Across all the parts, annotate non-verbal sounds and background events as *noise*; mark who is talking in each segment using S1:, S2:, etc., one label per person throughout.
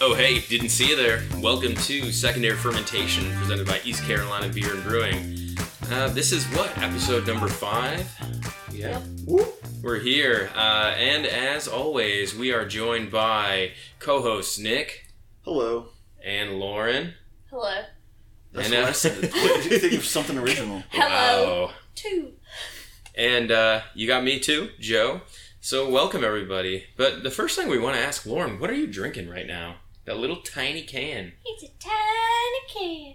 S1: Oh, hey, didn't see you there. Welcome to Secondary Fermentation, presented by East Carolina Beer and Brewing. Uh, this is what, episode number five? Yeah. We're here. Uh, and as always, we are joined by co hosts Nick
S2: Hello.
S1: and Lauren.
S3: Hello.
S2: That's
S1: And,
S2: what
S1: uh,
S2: I *laughs* said. What did you think of something original?
S3: Hello.
S1: Wow.
S3: Two.
S1: And uh, you got me too, Joe. So, welcome everybody. But the first thing we want to ask Lauren, what are you drinking right now? That little tiny can.
S3: It's a tiny can.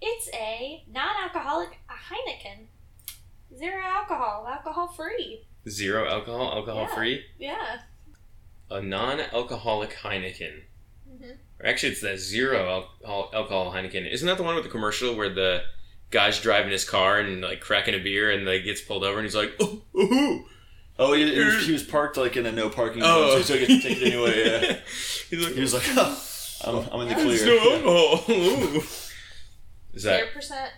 S3: It's a non-alcoholic Heineken. Zero alcohol. Alcohol free.
S1: Zero alcohol, alcohol free.
S3: Yeah.
S1: A non alcoholic Heineken.
S3: Mhm.
S1: Or actually, it's that zero alcohol, alcohol Heineken. Isn't that the one with the commercial where the guy's driving his car and like cracking a beer and like gets pulled over and he's like, oh, oh,
S2: Oh, he, he was, he was parked like in a no parking
S1: oh.
S2: zone, so he took his ticket anyway. Yeah.
S1: *laughs* he's like,
S2: He was like, oh, I'm, I'm in the
S1: there's
S2: clear.
S1: no alcohol. Ooh. Is that
S3: Zero percent.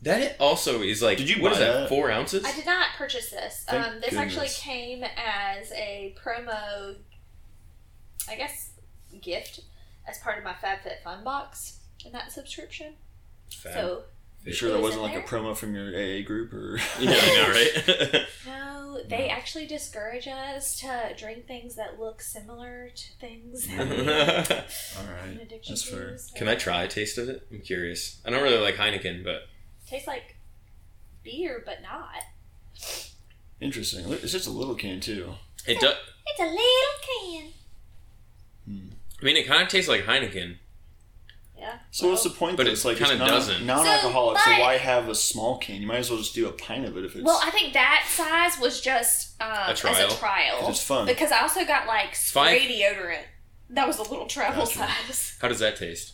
S1: that? It also is like.
S2: Did you
S1: what is
S2: buy
S1: that?
S2: that?
S1: Four ounces.
S3: I did not purchase this.
S2: Thank
S3: um, this actually
S2: goodness.
S3: came as a promo, I guess, gift as part of my FabFitFun box and that subscription.
S1: Fab. *laughs*
S3: So
S2: You sure that
S3: Is it
S2: wasn't like a
S3: there?
S2: promo from your AA group or?
S1: Yeah, I know, right?
S3: No, they actually discourage us to drink things that look similar to things that we have
S2: *laughs*
S1: Can
S2: All
S3: an
S2: right.
S3: addiction
S2: That's
S3: to.
S2: fair.
S3: so-
S1: I try a taste of it? I'm curious. I don't really like Heineken, but
S3: Tastes like beer, but not.
S2: Interesting. Look, It's just a little can too.
S1: it does.
S3: It's a little can.
S2: Hmm.
S1: I mean, it kind of tastes like Heineken.
S3: Yeah.
S2: So what's the point?
S1: But
S2: that
S1: it
S2: it's like
S1: kinda
S2: it's non-
S1: doesn't.
S2: non-alcoholic. So,
S3: So, but-
S2: why have a small can? You might as well just do a pint of it if it's.
S3: Well,
S2: *laughs*
S3: I think that size was just um,
S1: A trial.
S3: as a trial.
S2: It's fun.
S3: Because I also got like spray
S1: Five-
S3: deodorant. That was a little travel
S2: Gotcha.
S3: size. *laughs*
S1: How does that taste?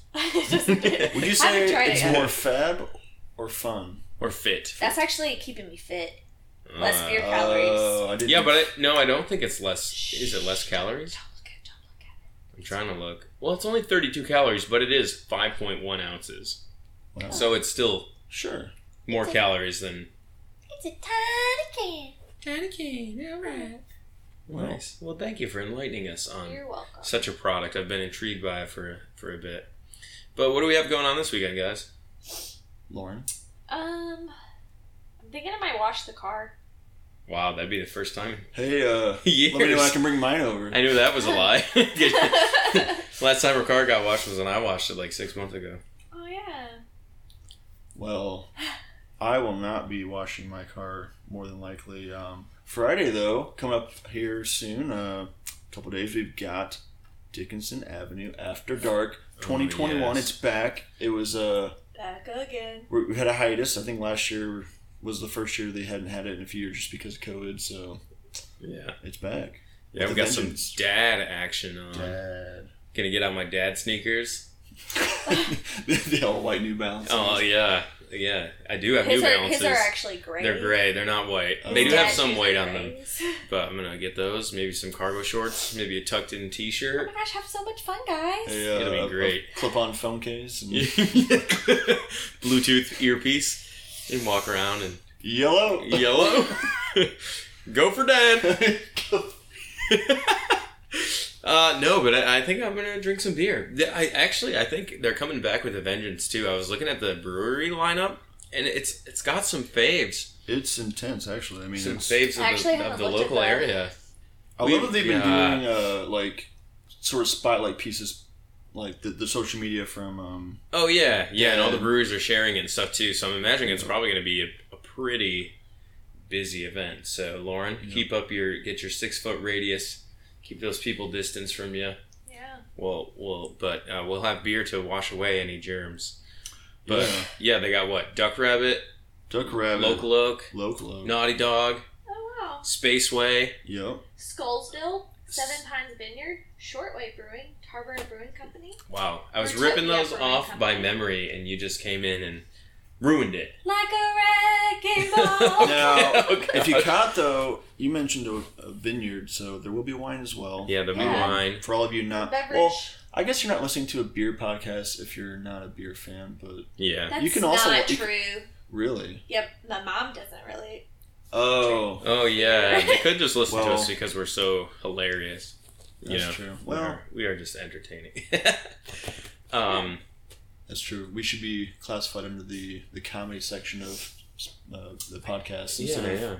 S3: Just-
S1: Would
S2: Would
S3: I
S2: you
S3: haven't
S2: say
S3: tried
S2: it's
S3: it yet.
S2: more fab or fun?
S1: Or fit?
S3: That's actually keeping me fit. Less
S1: Uh,
S3: beer calories.
S2: Oh, I didn't.
S1: Yeah, but I, no, I don't think it's less. Is it less calories?
S3: Don't look at it. Don't look at it.
S1: I'm trying to look. Well, it's only 32 calories, but it is 5.1 ounces.
S2: Wow.
S1: So it's still
S2: sure.
S1: more calories than.
S3: It's a tiny
S1: Heineken, alright. Nice. Well, thank you for enlightening us
S3: can.
S1: on
S3: You're welcome.
S1: such a product. I've been intrigued by it for for a bit. But what do we have going on this weekend, guys?
S2: Lauren.
S3: Um, I'm thinking I might wash the car.
S1: Wow, that'd be the first time.
S2: Hey, uh,
S1: Years.
S2: *laughs* let me know when I can bring mine over.
S1: I knew that was a lie. *laughs* Last time her car got washed was when I washed it like six months ago.
S3: *laughs* Oh yeah.
S2: Well, I will not be washing my car more than likely. Um, Friday though, coming up here soon. A uh, couple days we've got Dickinson Avenue After Dark,
S1: Oh,
S2: 2021.
S1: yes.
S2: It's back. It was uh,
S3: Back again.
S2: we we had a hiatus. I think last year was the first year they hadn't had it in a few years just because of COVID. So
S1: Yeah.
S2: it's back.
S1: Yeah, we
S2: With
S1: got
S2: a
S1: some
S2: vengeance.
S1: dad action on.
S2: Dad.
S1: Gonna get out my dad sneakers.
S2: *laughs* the all white New Balance.
S1: Oh yeah, yeah. I do have
S3: His
S1: New
S3: are,
S1: Balances.
S3: his are actually gray.
S1: They're gray. They're not white.
S2: Oh.
S1: They do
S2: Dad
S1: have some
S3: shoes are
S1: weight on them,
S3: grays.
S1: but I'm gonna get those. Maybe some cargo shorts. Maybe a tucked-in
S3: *laughs* Oh
S1: T-shirt. *laughs*
S3: my gosh, have so much fun, guys.
S2: A,
S1: It'll be
S2: uh, a
S1: great.
S2: clip-on phone
S1: *laughs*
S2: case. And
S1: Bluetooth earpiece. And walk around and
S2: Yellow.
S1: yellow. *laughs* Go for dad. *laughs*
S2: *laughs*
S1: Uh, no, but I, I think I'm gonna drink some beer. Th- I actually, I think they're coming back with a vengeance too. I was looking at the brewery lineup, and it's it's got some faves,
S2: It's intense, actually. I mean,
S1: some
S2: it's-
S1: faves
S3: I
S1: of
S3: actually
S1: the, of
S3: haven't
S1: the
S3: looked at
S1: local
S3: that.
S1: area.
S2: I
S1: We-
S2: love that they've been
S1: yeah.
S2: doing uh, like sort of spotlight pieces, like the, the social media from. Um,
S1: Oh yeah, yeah, and all the
S2: Yeah.
S1: breweries are sharing it and stuff too. So I'm imagining it's probably gonna be a, a pretty busy event. So Lauren,
S2: Yeah.
S1: keep up your get your six foot radius, keep those people distance from you.
S3: Yeah.
S1: Well, well, but uh, we'll have beer to wash away any germs. But
S2: Yeah.
S1: yeah, they got what Duck Rabbit,
S2: Duck Rabbit,
S1: Local Oak.
S2: local, Oak.
S1: Naughty Dog,
S3: Oh wow.
S1: Spaceway,
S2: yep.
S3: Skullsville, Seven Pines Vineyard, Shortway Brewing, Tarboro Brewing Company.
S1: Wow, I was
S3: Or
S1: ripping
S3: Tokyo
S1: those
S3: Brewing
S1: off by
S3: Company.
S1: memory, and you just came in and ruined it.
S3: Like a wrecking
S1: *laughs*
S3: ball.
S2: Now,
S1: Oh,
S2: if you
S1: God.
S2: caught though, you mentioned a, a vineyard, so there will be wine as well.
S1: Yeah, the
S3: Yeah.
S1: wine.
S2: For all of you not,
S3: Beverage.
S2: well, I guess you're not listening to a beer podcast if you're not a beer fan, but
S1: Yeah.
S3: That's
S2: you can also-
S3: not
S2: you can-
S3: true.
S2: really,
S3: Yep, my mom doesn't really.
S2: oh,
S1: Oh yeah, they could just listen to
S2: Well-
S1: us because we're so hilarious.
S2: That's
S1: Yeah.
S2: true.
S1: We
S2: Well,
S1: are- we are just entertaining. *laughs* um,
S2: that's true. We should be classified under the, the comedy section of uh, the podcast
S1: yeah,
S2: instead of
S1: yeah,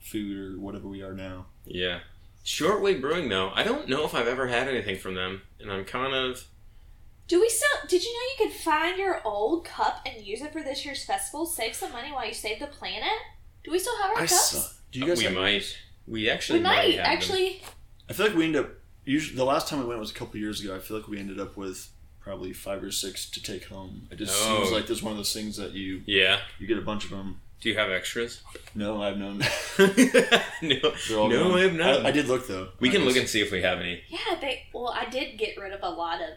S2: food or whatever we are now.
S1: yeah. Shortwave Brewing, though, I don't know if I've ever had anything from them, and I'm kind of
S3: Do we still? Did you know you could find your old cup and use it for this year's festival? Save some money while you save the planet. Do we still have our
S2: I
S3: cups?
S2: saw. Do you guys?
S1: we
S2: have-
S1: might. We actually
S3: we might
S1: have them.
S3: actually.
S2: I feel like we end up. Usually, the last time we went was a couple years ago. I feel like we ended up with probably five or six to take home. It just
S1: Oh.
S2: seems like there's one of those things that you
S1: Yeah.
S2: you get a bunch of them.
S1: Do you have extras? *laughs*
S2: No, I've known. *laughs*
S1: no,
S2: They're all
S1: no,
S2: gone.
S1: I have not.
S2: I, I did look though.
S1: we
S2: I
S1: can look
S2: just-
S1: and see if we have any.
S3: Yeah, they. Well, I did get rid of a lot of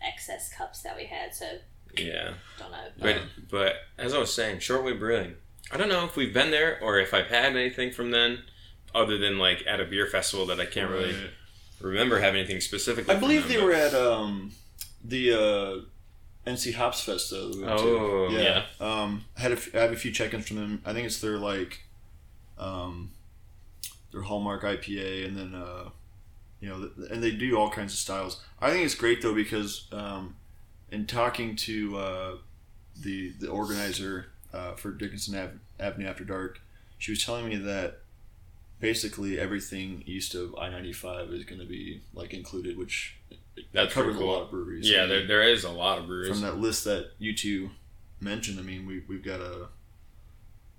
S3: excess cups that we had, so
S1: Yeah,
S3: don't know.
S1: but
S2: Um,
S1: but as I was saying, shortwave brewing. I don't know if we've been there or if I've had anything from then, other than like at a beer festival that I can't really
S2: Right.
S1: remember having anything specifically.
S2: I
S1: from
S2: believe
S1: them,
S2: they
S1: but-
S2: were at um, the uh, NC Hops Fest though. that we went to.
S1: Oh, yeah.
S2: Um, I had a f- I have a few check-ins from them. I think it's their like, um, their Hallmark IPA, and then uh, you know, th- and they do all kinds of styles. I think it's great though because um, in talking to uh, the the organizer uh, for Dickinson Ave- Avenue After Dark, she was telling me that basically everything east of I ninety five is going to be like included, which
S1: That's
S2: covers
S1: pretty cool.
S2: a lot of breweries.
S1: Yeah, there, there is a lot of breweries.
S2: from that list that you two mentioned. I mean, we we've got a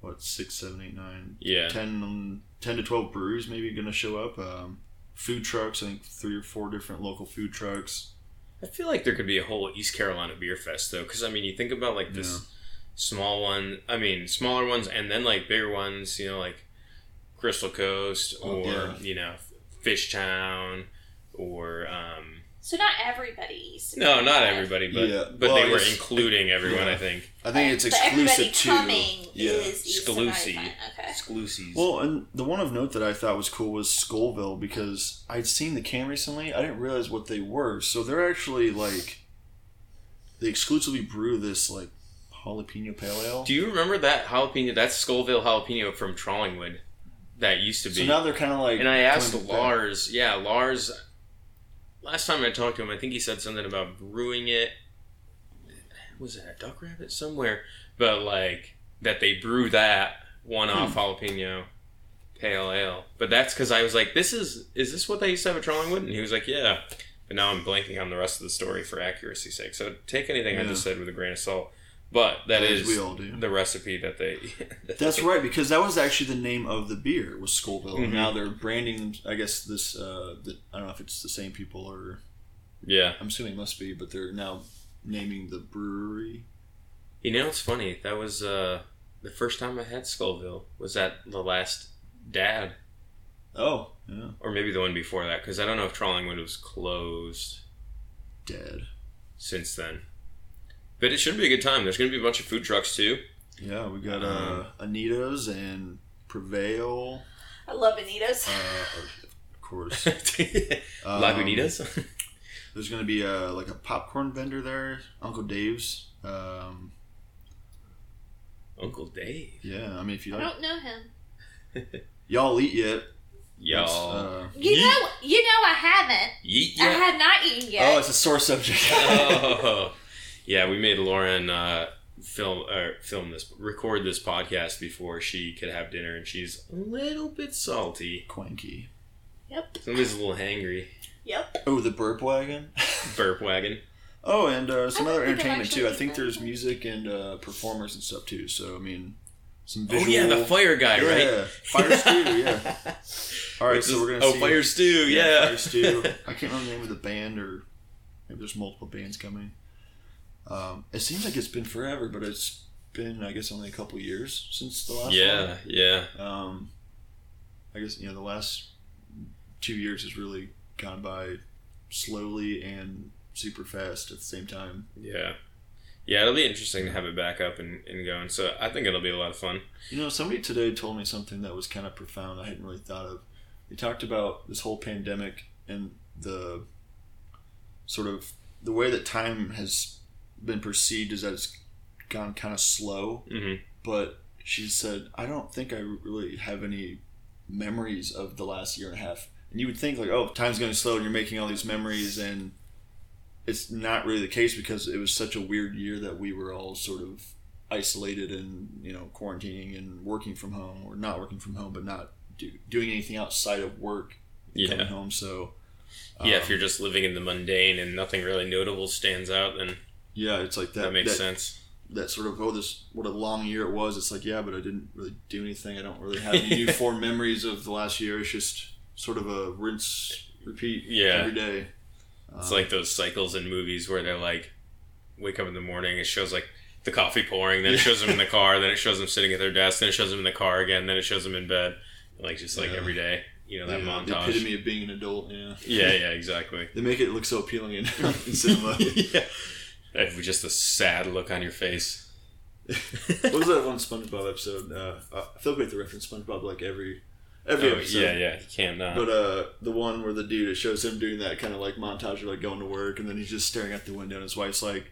S2: what six, seven, eight, nine,
S1: yeah,
S2: 10, um, 10 to twelve breweries maybe going to show up. Um, food trucks, I think three or four different local food trucks.
S1: I feel like there could be a whole East Carolina beer fest though, because I mean, you think about like this
S2: Yeah.
S1: small one. I mean, smaller ones, and then like bigger ones. You know, like Crystal Coast
S2: Oh,
S1: or
S2: yeah.
S1: you know Fish Town or um,
S3: so not everybody eats.
S1: no, not everybody, but
S2: Yeah.
S1: but
S2: Well,
S1: they were
S2: it's-
S1: including everyone.
S2: yeah.
S1: I think
S2: I think it's
S3: But
S2: exclusive
S3: everybody
S2: to
S3: coming
S2: yeah.
S3: is east of
S1: Exclusive.
S3: 95. Okay.
S1: exclusives.
S2: Well, and the one of note that I thought was cool was Scoville because I'd seen the can recently. I didn't realize what they were. So they're actually like they exclusively brew this like jalapeno pale ale.
S1: Do you remember that jalapeno? That's Scoville jalapeno from Trollingwood. That used to be.
S2: so now they're kind of like
S1: And I asked
S2: coming back.
S1: Lars, yeah, Lars. Last time I talked to him, I think he said something about brewing it. Was it at Duck Rabbit somewhere? But like that they brew that one-off
S2: Hmm.
S1: jalapeno pale ale. But that's because I was like, "This is is this what they used to have at Trollingwood?" And he was like, "Yeah." But now I'm blanking on the rest of the story for accuracy's sake. So take anything I
S2: Yeah.
S1: just said with a grain of salt. But that
S2: As
S1: is
S2: we all do.
S1: the recipe that they. *laughs* that
S2: That's
S1: they-
S2: right, because that was actually the name of the beer was Scoville.
S1: Mhm.
S2: And now they're branding. I guess this. Uh, the, I don't know if it's the same people or
S1: Yeah.
S2: I'm assuming it must be, but they're now naming the brewery.
S1: You know, it's funny. That was uh, the first time I had Skullville. Was that the last dad,
S2: Oh, yeah,
S1: or maybe the one before that? Because I don't know if Trollingwood was closed
S2: dead.
S1: since then. But it should be a good time. There's going to be a bunch of food trucks too. *laughs*
S2: Yeah, we got uh,
S1: Mm-hmm.
S2: Anita's and Prevail,
S3: I love Anita's.
S2: uh, of course. Um,
S1: *laughs* Lagunitas. *laughs*
S2: There's gonna be a like a popcorn vendor there. Uncle Dave's. Um,
S1: Uncle Dave.
S2: yeah, I mean if you
S3: I
S2: like,
S3: don't know him.
S2: y'all eat yet. It's,
S1: Y'all.
S2: uh,
S3: You
S1: Yeet.
S3: know, you know, I haven't.
S1: Yeet
S3: I
S1: yeah.
S3: have not eaten yet.
S2: Oh, it's a sore subject.
S1: *laughs* oh. Yeah, we made Lauren uh, film or film this, record this podcast before she could have dinner, and she's a little bit salty.
S2: Quanky.
S3: yep.
S1: Somebody's a little hangry.
S3: Yep.
S2: Oh, the burp wagon. *laughs*
S1: Burp wagon.
S2: Oh, and uh, some
S3: I
S2: other
S3: don't think I've
S2: entertainment too.
S3: actually
S2: I think
S3: been.
S2: there's music and uh, performers and stuff too. So I mean, some
S1: Oh
S2: visual.
S1: yeah, the fire guy, right?
S2: Yeah, fire
S1: *laughs*
S2: stew. Yeah. All right,
S1: Which
S2: so
S1: is-
S2: we're gonna.
S1: oh
S2: see,
S1: fire stew, yeah. *laughs*
S2: fire stew. I can't remember the name of the band, or maybe there's multiple bands coming. Um, it seems like it's been forever, but it's been I guess only a couple years since the last.
S1: yeah, yeah,
S2: One. Um, I guess you know the last two years has really gone by slowly and super fast at the same time.
S1: yeah, yeah. It'll be interesting to have it back up and, and going. So I think it'll be a lot of fun.
S2: You know, somebody today told me something that was kind of profound. I hadn't really thought of. They talked about this whole pandemic and the sort of the way that time has been perceived is that it's gone kind of slow.
S1: hmm
S2: But she said, I don't think I really have any memories of the last year and a half. And you would think like, oh, time's going to slow, and you're making all these memories, and it's not really the case because it was such a weird year that we were all sort of isolated and you know quarantining and working from home or not working from home, but not do, doing anything outside of work. and
S1: Yeah.
S2: Coming home, so
S1: yeah,
S2: um,
S1: if you're just living in the mundane and nothing really notable stands out, then
S2: yeah, it's like that.
S1: that, makes
S2: that,
S1: sense.
S2: that sort of oh this what a long year it was it's like yeah but i didn't really do anything i don't
S1: *laughs*
S2: really have any new form memories of the last year it's just sort of a rinse repeat
S1: Yeah.
S2: every day
S1: It's
S2: Um,
S1: like those cycles in movies where they're like, wake up in the morning, it shows like the coffee pouring, then it
S2: Yeah.
S1: shows
S2: *laughs*
S1: them in the car, then it shows them sitting at their desk, then it shows them in the car again, then it shows them in bed, like just like
S2: Yeah.
S1: every day, you know that
S2: yeah,
S1: montage.
S2: the epitome of being an adult yeah
S1: Yeah, yeah,
S2: *laughs*
S1: exactly.
S2: they make it look so appealing in, *laughs* in cinema
S1: *laughs* yeah, That was just a sad look on your face.
S2: what was that one spongebob episode uh, i feel like we have to reference spongebob like every every
S1: Oh,
S2: episode
S1: yeah, yeah, you can't. Uh,
S2: But uh, the one where the dude it shows him doing that kind of like montage of like going to work, and then he's just staring out the window, and his wife's like,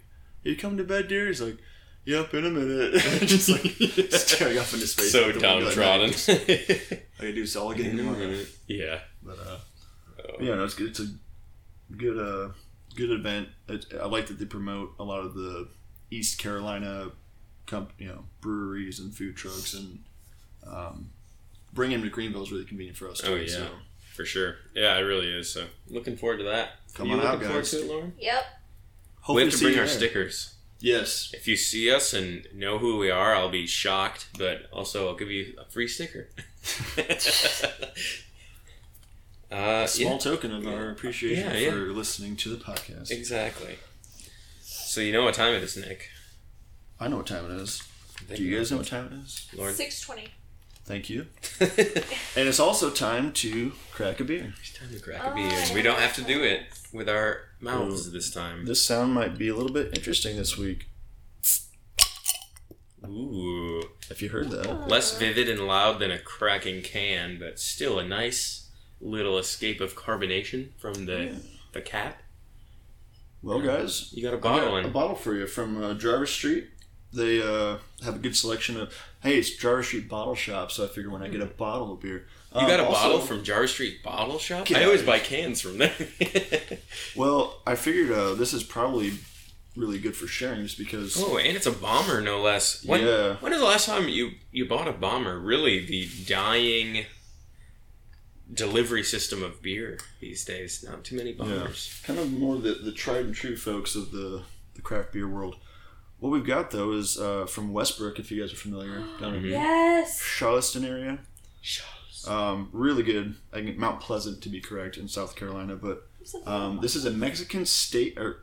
S2: "Are you coming to bed, dear?" He's like, "Yep, in a minute." *laughs* just
S1: *laughs*
S2: like staring up into space.
S1: so
S2: out the window at
S1: downtrodden.
S2: night. *laughs* I can do so all again tomorrow.
S1: yeah.
S2: But uh,
S1: Oh.
S2: yeah, no, it's good. It's a good uh, good event. It, I like that they promote a lot of the East Carolina, comp, you know, breweries and food trucks, and um, bringing him to Greenville is really convenient for us.
S1: Oh,
S2: too,
S1: yeah.
S2: So.
S1: For sure. Yeah, it really is. So looking forward to that.
S2: Come
S1: you
S2: on
S1: looking
S2: out,
S1: forward
S2: guys.
S1: to it, Lauren?
S3: Yep.
S1: we have to
S2: see
S1: bring
S2: you
S1: our
S2: there.
S1: stickers.
S2: Yes.
S1: If you see us and know who we are, I'll be shocked, but also I'll give you a free
S2: *laughs*
S1: sticker. *laughs* uh,
S2: small
S1: yeah,
S2: token of our appreciation
S1: Yeah, yeah.
S2: for listening to the podcast.
S1: exactly. So you know what time it is, Nick.
S2: I know what time it is. Do you guys know what time it is?
S1: Lauren?
S3: Six twenty.
S2: Thank you.
S1: *laughs* it's
S2: And it's also time to crack a beer.
S1: time to crack a beer. We don't have to do it with our mouths this time.
S2: This sound might be a little bit interesting this week.
S1: Ooh.
S2: If you heard that,
S1: Less vivid and loud than a cracking can, but still a nice little escape of carbonation from the
S2: Yeah.
S1: the cap.
S2: well, guys,
S1: You got a
S2: I got
S1: bottle
S2: a
S1: in.
S2: bottle for you from uh, Jarvis Street. They uh, have a good selection of. Hey, it's Jarvis Street Bottle Shop, so I figure when I get a bottle of beer, Um,
S1: You got a
S2: also-
S1: bottle from Jar Street Bottle Shop?
S2: Get
S1: I always
S2: out.
S1: buy cans from there. *laughs*
S2: Well, I figured uh, this is probably really good for sharing, just because.
S1: oh, and it's a bomber, no less. When,
S2: Yeah.
S1: when is the last time you, you bought a bomber? Really, the dying delivery system of beer these days. Not too many bombers.
S2: kind of more the, the tried and true folks of the, the craft beer world. What we've got though is uh, from Westbrook, if you guys are familiar,
S1: Mm-hmm.
S2: down
S1: Mm.
S2: in
S3: Yes.
S2: Charleston area. Um, really good. I think Mount Pleasant, to be correct, in South Carolina. But um, this is a Mexican state. Or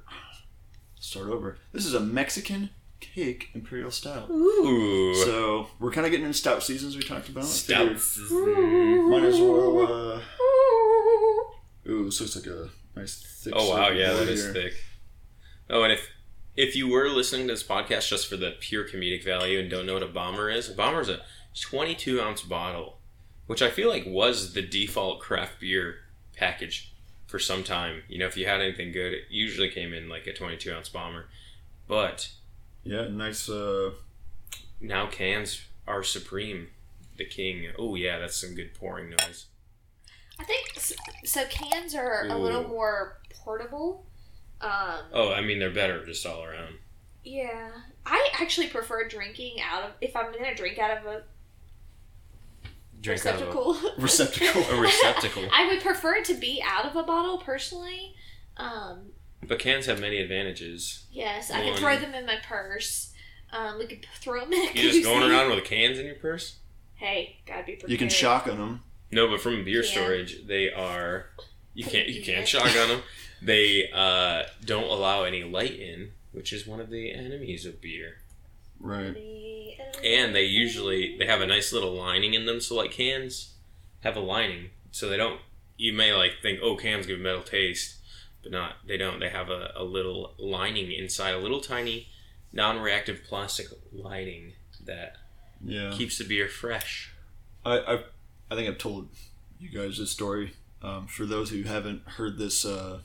S2: start over. This is a Mexican cake imperial stout.
S1: Ooh.
S2: So we're kind of getting in stout season, as we talked about. I figured
S1: Stouts.
S2: Might as well. Uh, ooh, this looks like a nice thick.
S1: Oh wow,
S2: stout
S1: yeah, that
S2: right
S1: is
S2: here.
S1: thick. Oh, and if if you were listening to this podcast just for the pure comedic value and don't know what a bomber is, a bomber is a 22 ounce bottle, which I feel like was the default craft beer package for some time. You know, if you had anything good, it usually came in like a 22 ounce bomber, but
S2: Yeah, nice. Uh,
S1: now cans are supreme, the king. Oh yeah, that's some good pouring noise.
S3: I think s- so. Cans are a little
S1: Ooh.
S3: more portable. Um,
S1: Oh, I mean they're better just all around.
S3: Yeah, I actually prefer drinking out of if I'm gonna drink out of a
S1: Drink out of
S3: receptacle. *laughs*
S2: receptacle.
S1: a, a receptacle. *laughs*
S3: I would prefer it to be out of a bottle personally. Um,
S1: But cans have many advantages.
S3: yes, I could
S1: One.
S3: throw them in my purse. Um, we could p- throw them in. A
S1: You just
S3: koozie.
S1: going around with cans in your purse?
S3: Hey, gotta be prepared.
S2: You can shotgun them.
S1: No, but from beer
S3: Can.
S1: storage, they are you can't you
S3: Yeah.
S1: can't shotgun them. They uh, don't allow any light in, which is one of the enemies of beer.
S2: Right.
S1: And they usually they have a nice little lining in them, so like cans have a lining, so they don't. You may like think, oh, cans give metal taste, but not. They don't. They have a, a little lining inside, a little tiny non-reactive plastic lining that
S2: Yeah.
S1: keeps the beer fresh.
S2: I, I I think I've told you guys this story. Um, for those who haven't heard this, uh,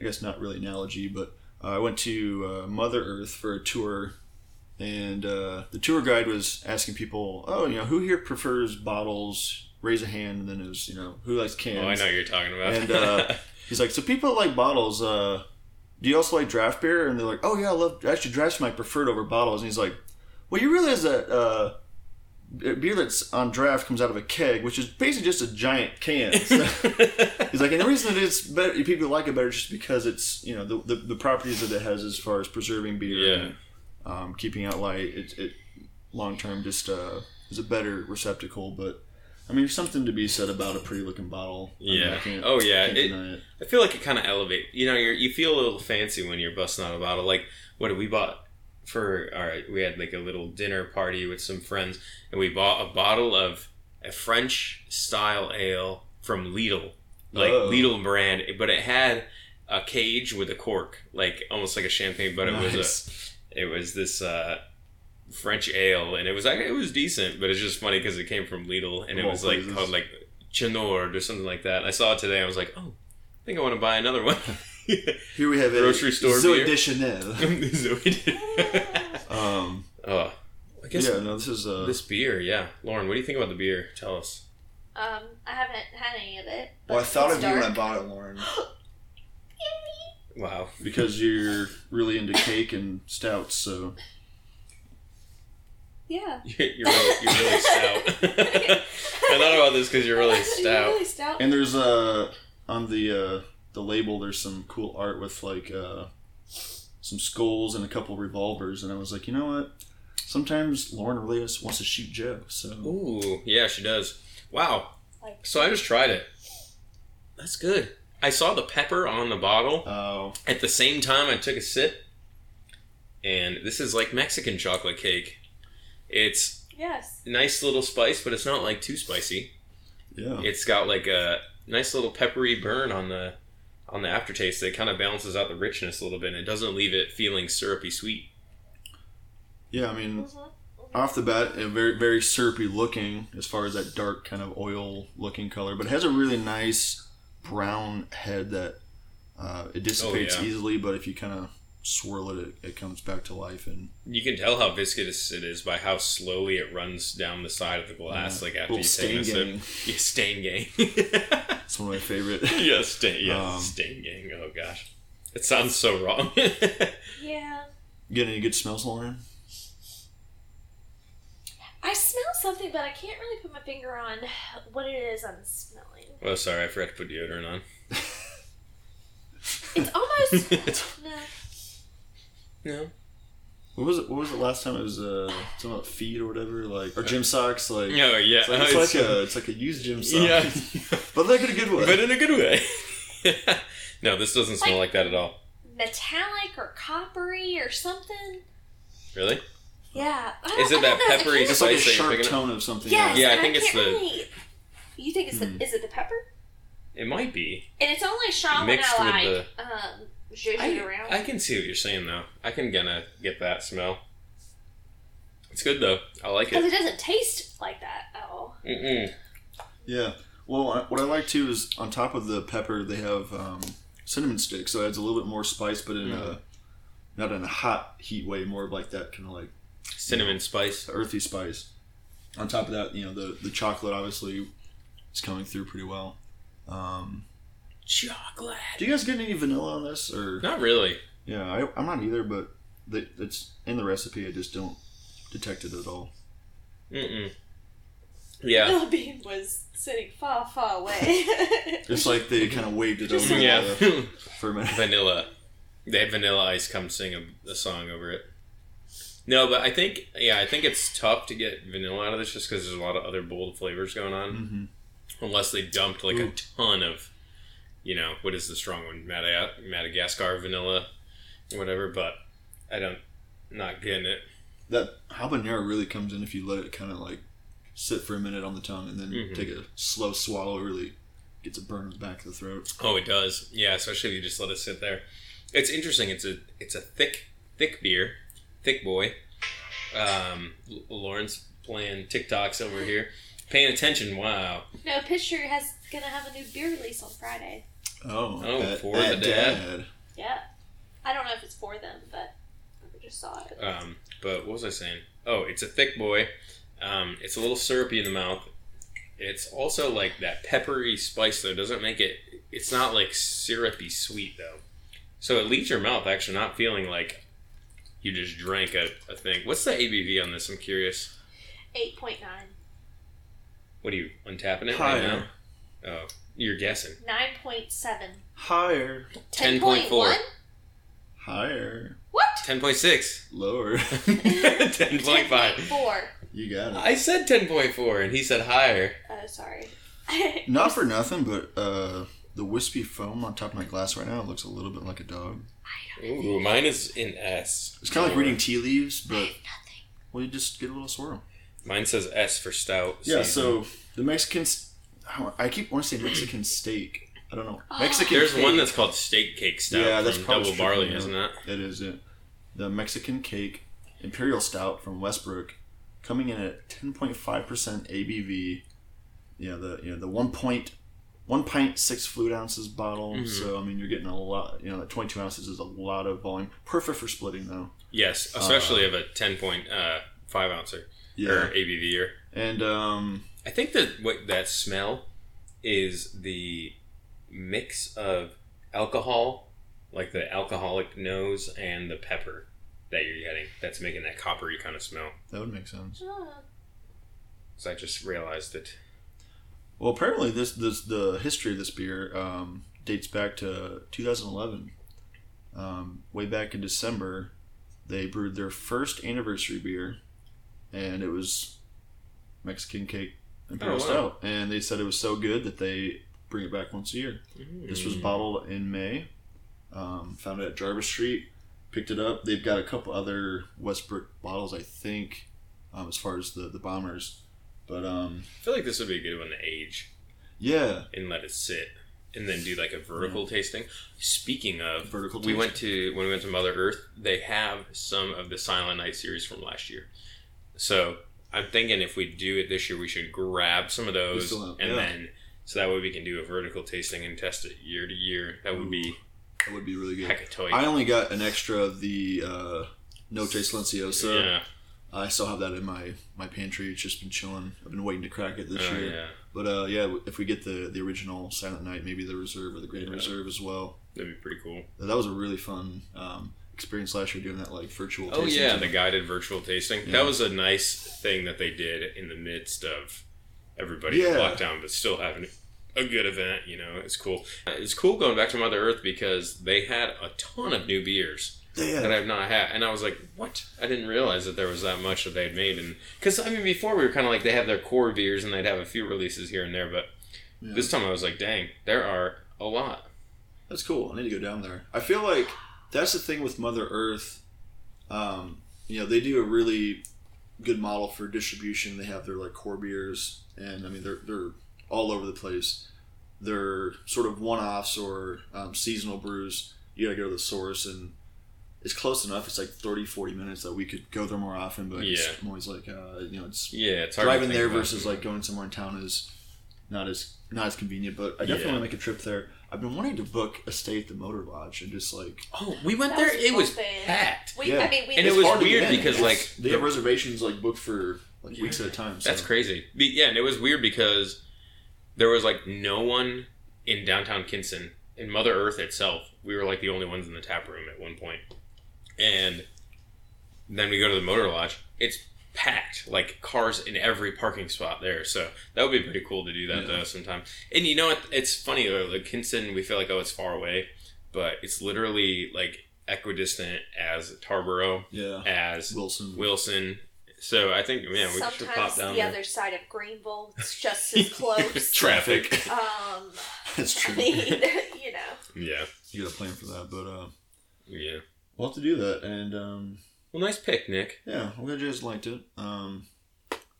S2: I guess not really analogy, but uh, I went to uh, Mother Earth for a tour, and uh, the tour guide was asking people, "Oh, you know, who here prefers bottles raise a hand, and then it was, you know, who likes cans?
S1: Oh, I know what you're talking about. *laughs*
S2: And, uh, He's like, so people like bottles. Uh, do you also like draft beer? And they're like, oh yeah, I love. Actually, draft's my preferred over bottles. And he's like, well, you realize that uh, beer that's on draft comes out of a keg, which is basically just a
S1: *laughs*
S2: giant can. *laughs* So he's like, and the reason that it's better, people like it better, is just because it's you know the, the, the properties that it has as far as preserving beer,
S1: Yeah.
S2: and, um, keeping out light. It, it long term just uh, is a better receptacle, but. I mean, there's something to be said about a pretty looking bottle. I mean, I
S1: Yeah.
S2: can't-
S1: Oh, yeah.
S2: can't
S1: It-
S2: deny it.
S1: I feel like it kind of elevate. You know, you're, you feel a little fancy when you're busting out a bottle. Like, what did we bought for? All right, we had like a little dinner party with some friends, and we bought a bottle of a French style ale from Lidl, like
S2: Oh.
S1: Lidl brand, but it had a cage with a cork, like almost like a champagne, but it was
S2: Nice.
S1: a it was this. uh French ale, and it was like it was decent, but it's just funny because it came from Lidl, and it
S2: Of all
S1: was like
S2: places.
S1: called like Chenord or something like that. I saw it today. I was like, oh, I think I want to buy another one. *laughs*
S2: Here we have a
S1: Grocery store beer.
S2: Zoe *laughs* Deschanel.
S1: So we did-
S2: Um,
S1: *laughs* oh, I guess
S2: yeah, no, this is uh,
S1: this beer. Yeah, Lauren, what do you think about the beer? Tell us.
S3: *laughs* Um, I haven't had any of it.
S4: Well, I
S3: but
S4: thought
S3: it's
S4: of you when I
S3: dark.
S4: bought it, Lauren.
S1: Wow. *laughs*
S2: because you're really into cake and stouts. So
S3: Yeah.
S1: You're, you're, really, you're really
S2: *laughs*
S1: stout. *laughs* I thought about this because you're really
S3: *laughs* You're
S1: stout.
S3: really stout.
S2: and there's uh on the uh, the label there's some cool art with like uh, some skulls and a couple revolvers, and I was like, you know what? Sometimes Lauren really just wants to shoot Joe. So
S1: Ooh, yeah, she does. Wow.
S3: Like-
S1: So I just tried it. That's good. I saw the pepper on the bottle
S2: oh,
S1: at the same time I took a sip, and this is like Mexican chocolate cake. It's
S3: Yes.
S1: nice little spice, but it's not like too spicy.
S2: yeah,
S1: It's got like a nice little peppery burn on the on the aftertaste that kind of balances out the richness a little bit and it doesn't leave it feeling syrupy sweet.
S2: yeah. I
S1: Mm.
S2: mean,
S3: Mhm.
S2: off the bat, a very very syrupy looking as far as that dark kind of oil looking color, but it has a really nice brown head that uh, it dissipates
S1: Oh, yeah.
S2: easily. But if you kind of swirl it, it, it comes back to life. And
S1: You can tell how viscous it is by how slowly it runs down the side of the glass,
S2: Yeah.
S1: like after
S2: Little
S1: you take a
S2: stain
S1: sip.
S2: gang.
S1: Yeah, stain gang. *laughs*
S2: it's one of my favorite. *laughs*
S1: yeah, stain. Yeah,
S2: Um,
S1: stain gang. Oh gosh, it sounds so wrong. *laughs*
S3: Yeah.
S2: Get any good smells, Lauren?
S3: I smell something, but I can't really put my finger on what it is I'm smelling.
S1: oh, sorry, I forgot to put deodorant on.
S3: It's
S1: *laughs*
S3: almost no.
S1: no.
S2: What was it? What was it last time? It was uh, something about feet or whatever, like or gym socks, like.
S1: Oh yeah. *laughs*
S2: It's like, it's like a it's like a used gym sock,
S1: yeah.
S2: but like in a good
S1: *laughs*
S2: way.
S1: but in a good way. *laughs* no, this doesn't smell like that at all.
S3: metallic or coppery or something.
S1: Really?
S3: Yeah. I
S1: Is
S3: don't-
S1: it
S3: I
S1: that
S3: don't know. I
S1: peppery
S3: can't-
S2: it's like a
S1: Spice that you're
S2: sharp
S1: picking up.
S2: tone of something.
S3: Yes.
S1: Yeah, I
S3: and
S1: think it's
S3: can't
S1: the- Hmm.
S3: really- You think it's the? Is it the pepper?
S1: It might be.
S3: And it's only strong
S1: Mixed
S3: when I
S1: with
S3: like um, zhuzh it
S1: I,
S3: around.
S1: I can see what you're saying though. I can gonna get that smell. It's good though. I like
S3: Because
S1: it.
S3: it doesn't taste like that at all.
S1: Mm-mm.
S2: Yeah. Well, I- what I like too is on top of the pepper, they have um, cinnamon sticks, so it adds a little bit more spice, but in a not in a hot heat way, more of like that kind of like
S1: Cinnamon spice.
S2: earthy spice. On top of that, you know the the chocolate obviously is coming through pretty well. Um,
S1: Chocolate.
S2: do you guys get any vanilla on this? Or
S1: Not really.
S2: yeah, I, I'm not either, but the, it's in the recipe. I just don't detect it at all.
S1: Mm-mm. Yeah.
S3: Little Bean was sitting far, far away.
S1: *laughs*
S3: *laughs*
S2: It's like they kind of waved it over
S1: Mm, Yeah.
S2: *laughs* the,
S1: *laughs*
S2: for a minute.
S1: vanilla. They had Vanilla Ice come sing a, a song over it. No, but I think yeah, I think it's tough to get vanilla out of this just because there's a lot of other bold flavors going on.
S2: hmm
S1: unless they dumped like a
S2: Ooh.
S1: ton of, you know, what is the strong one, Mada- Madagascar vanilla, whatever. But I don't, not getting it.
S2: That habanero really comes in if you let it kind of like sit for a minute on the tongue and then
S1: Mhm.
S2: take a slow swallow. It really gets a burn in the back of the throat.
S1: Oh, it does. Yeah, especially if you just let it sit there. It's interesting. It's a it's a thick thick beer, thick boy. Um, L- Lauren's playing TikToks over here, paying attention. Wow.
S3: no, Picture has gonna have a new beer release on Friday.
S2: Oh,
S1: Oh,
S2: at-
S1: for the
S2: at
S1: dad.
S3: Yeah. I don't know if it's for them, but I just saw it.
S1: Um, but what was I saying? Oh, it's a thick boy. Um, it's a little syrupy in the mouth. It's also like that peppery spice though doesn't make it. It's not like syrupy sweet though, so it leaves your mouth actually not feeling like you just drank a, a thing. What's the ABV on this? I'm curious.
S3: 8.9.
S1: What are you untapping it
S2: Higher.
S1: right now? Oh, you're guessing.
S3: 9.7.
S2: Higher.
S1: 10.4.
S3: 10.1?
S2: Higher.
S3: What?
S1: Ten point
S2: *laughs*
S1: six.
S2: Lower.
S1: Ten point five.
S3: 10.4.
S2: you got it.
S1: I said ten point four, and he said higher.
S3: Oh,
S1: *laughs*
S3: sorry.
S2: Not for nothing, but uh, the wispy foam on top of my glass right now looks a little bit like a dog.
S1: Ooh, mine is in S.
S2: It's kind of like reading tea leaves,
S3: I have
S2: but
S3: nothing.
S2: well, you just get a little swirl.
S1: Mine says S for stout.
S2: Yeah.
S1: season.
S2: So the Mexican, s- I wa- I keep wanting to say Mexican steak. I don't
S1: *gasps*
S2: know.
S3: Oh.
S2: Mexican.
S1: there's
S2: cake.
S1: one that's called steak cake stout.
S2: Yeah, that's
S1: from
S2: probably
S1: double
S2: true,
S1: barley,
S2: yeah.
S1: isn't it?
S2: That is it. The Mexican cake imperial stout from Westbrook, coming in at ten point five percent ABV. Yeah, the you know the one point one pint six fluid ounces bottle.
S1: Mhm.
S2: So I mean you're getting a lot. You know that twenty two ounces is a lot of volume. Perfect for splitting though.
S1: Yes, especially of a ten point uh, five ouncer or ABV. Or
S2: And um,
S1: I think that what that smell is the mix of alcohol, like the alcoholic nose and the pepper that you're getting. That's making that coppery kind of smell.
S2: that would make sense.
S3: Oh,
S1: So I just realized it.
S2: Well, apparently this this the history of this beer um, dates back to 2011. Um, way back in December, they brewed their first anniversary beer, and it was Mexican cake imperial
S1: Oh, wow.
S2: stout. And they said it was so good that they bring it back once a year. This
S1: Mm.
S2: was bottled in May. Um, found it at Jarvis Street. Picked it up. They've got a couple other Westbrook bottles, I think, um, as far as the the bombers. But um,
S1: I feel like this would be a good one to age.
S2: yeah,
S1: and let it sit and then do like a vertical
S2: Mm.
S1: tasting speaking of
S2: Vertical
S1: we went to when we went to mother earth they have some of the silent night series from last year so i'm thinking if we do it this year we should grab some of those
S2: still have-
S1: and
S2: yeah.
S1: then so that way we can do a vertical tasting and test it year to year that would be
S2: that would be really good.
S1: heck of a toy
S2: I only got an extra of the uh, Noche Silenciosa.
S1: yeah
S2: I still have that in my, my pantry. It's just been chilling. I've been waiting to crack it this
S1: oh,
S2: year.
S1: yeah
S2: But uh, yeah, if we get the, the original Silent Night, maybe the Reserve or the Grand
S1: Yeah.
S2: Reserve as well.
S1: that'd be pretty cool
S2: That was a really fun um, experience last year doing that like virtual.
S1: oh
S2: tasting
S1: yeah
S2: thing.
S1: the guided virtual tasting
S2: Yeah.
S1: that was a nice thing that they did in the midst of everybody
S2: Yeah.
S1: in lockdown but still having a good event you know it's cool Uh, it's cool going back to mother earth because they had a ton of new beers
S2: Yeah.
S1: that i've not had and i was like what i didn't realize that there was that much that they'd made and because i mean before we were kind of like they have their core beers and they'd have a few releases here and there but
S2: Yeah.
S1: this time i was like dang there are a lot
S2: That's cool. I need to go down there. I feel like that's the thing with Mother Earth. Um, you know, they do a really good model for distribution. They have their like core beers, and I mean they're they're all over the place. They're sort of one offs or um, seasonal brews. You gotta go to the source, and it's close enough. It's like 30, 40 minutes that we could go there more often. But it's,
S1: Yeah.
S2: I'm always like, uh, you know, it's
S1: yeah it's hard to
S2: driving
S1: think
S2: there
S1: about.
S2: versus like going somewhere in town is not as not as convenient. But I definitely
S1: Yeah.
S2: want to make a trip there. I've been wanting to book a stay at the Motor Lodge and just like
S1: oh we went
S3: That
S1: there
S3: was
S1: it was
S3: open.
S1: packed
S3: We,
S2: Yeah.
S3: I mean, we
S1: And it
S2: It's
S1: was
S2: hard to
S1: weird
S2: get in.
S1: because, like,
S2: they have reservations like booked for like weeks at a time. So.
S1: That's crazy. Be- Yeah, and it was weird because there was like no one in downtown Kinston in Mother Earth itself. We were like the only ones in the tap room at one point, and then we go to the Motor Lodge. It's packed, like cars in every parking spot there. So that would be pretty cool to do that
S2: Yeah.
S1: though sometime. And you know what? It's funny though. Like Kinston, we feel like oh, it's far away, but it's literally like equidistant as Tarboro,
S2: Yeah,
S1: as
S2: Wilson. *laughs*
S1: Wilson. So I think yeah, we should
S3: sometimes
S1: pop down.
S3: the
S1: there.
S3: other side of Greenville is
S1: *laughs*
S3: just as
S1: *laughs*
S3: close.
S1: Traffic.
S3: um,
S2: *laughs* That's
S3: I *laughs*
S2: true.
S3: mean, you know.
S1: yeah.
S2: you got to plan for that, but uh,
S1: Yeah.
S2: we'll have to do that. And um,
S1: Well, nice pick, Nick.
S2: yeah, I'm glad you guys liked it. Um,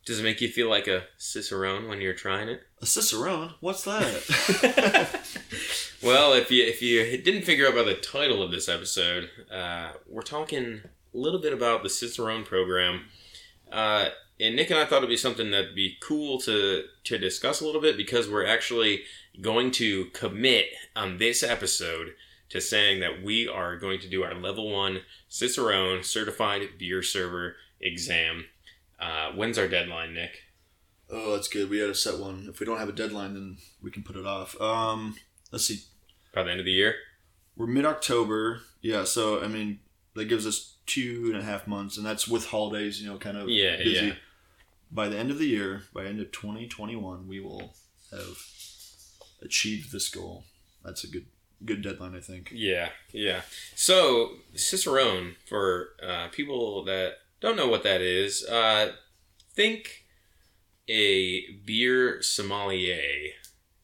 S1: Does it make you feel like a cicerone when you're trying it?
S2: a cicerone?
S1: *laughs*
S2: What's that?
S1: well, if you if you didn't figure out by the title of this episode, uh, we're talking a little bit about the cicerone program, uh, and Nick and I thought it'd be something that'd be cool to to discuss a little bit because we're actually going to commit on this episode to saying that we are going to do our level one cicerone certified beer server exam. Uh, when's our deadline, Nick?
S2: Oh, that's good. We had a set one. If we don't have a deadline, then we can put it off. Um, let's see.
S1: By the end of the year?
S2: We're mid October. Yeah, so I mean that gives us two and a half months, and that's with holidays. You know, kind of
S1: Yeah,
S2: busy.
S1: yeah.
S2: By the end of the year, by end of twenty twenty one, we will have achieved this goal. That's a good good deadline, I think.
S1: Yeah, yeah. So Cicerone, for uh, people that don't know what that is, uh, think a beer sommelier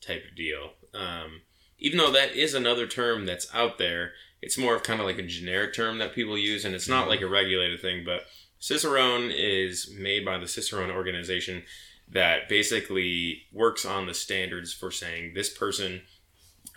S1: type of deal. Um, even though that is another term that's out there, it's more of kind of like a generic term that people use, and it's not like a regulated thing. But Cicerone is made by the Cicerone organization that basically works on the standards for saying this person.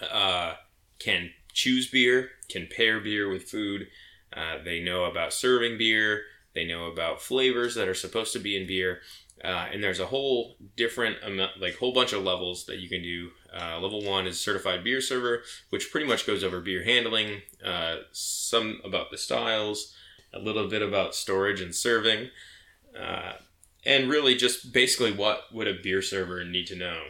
S1: Uh, can choose beer, can pair beer with food. Uh, they know about serving beer. They know about flavors that are supposed to be in beer. Uh, and there's a whole different amount, like whole bunch of levels that you can do. Uh, level one is certified beer server, which pretty much goes over beer handling, uh, some about the styles, a little bit about storage and serving, uh, and really just basically what would a beer server need to know.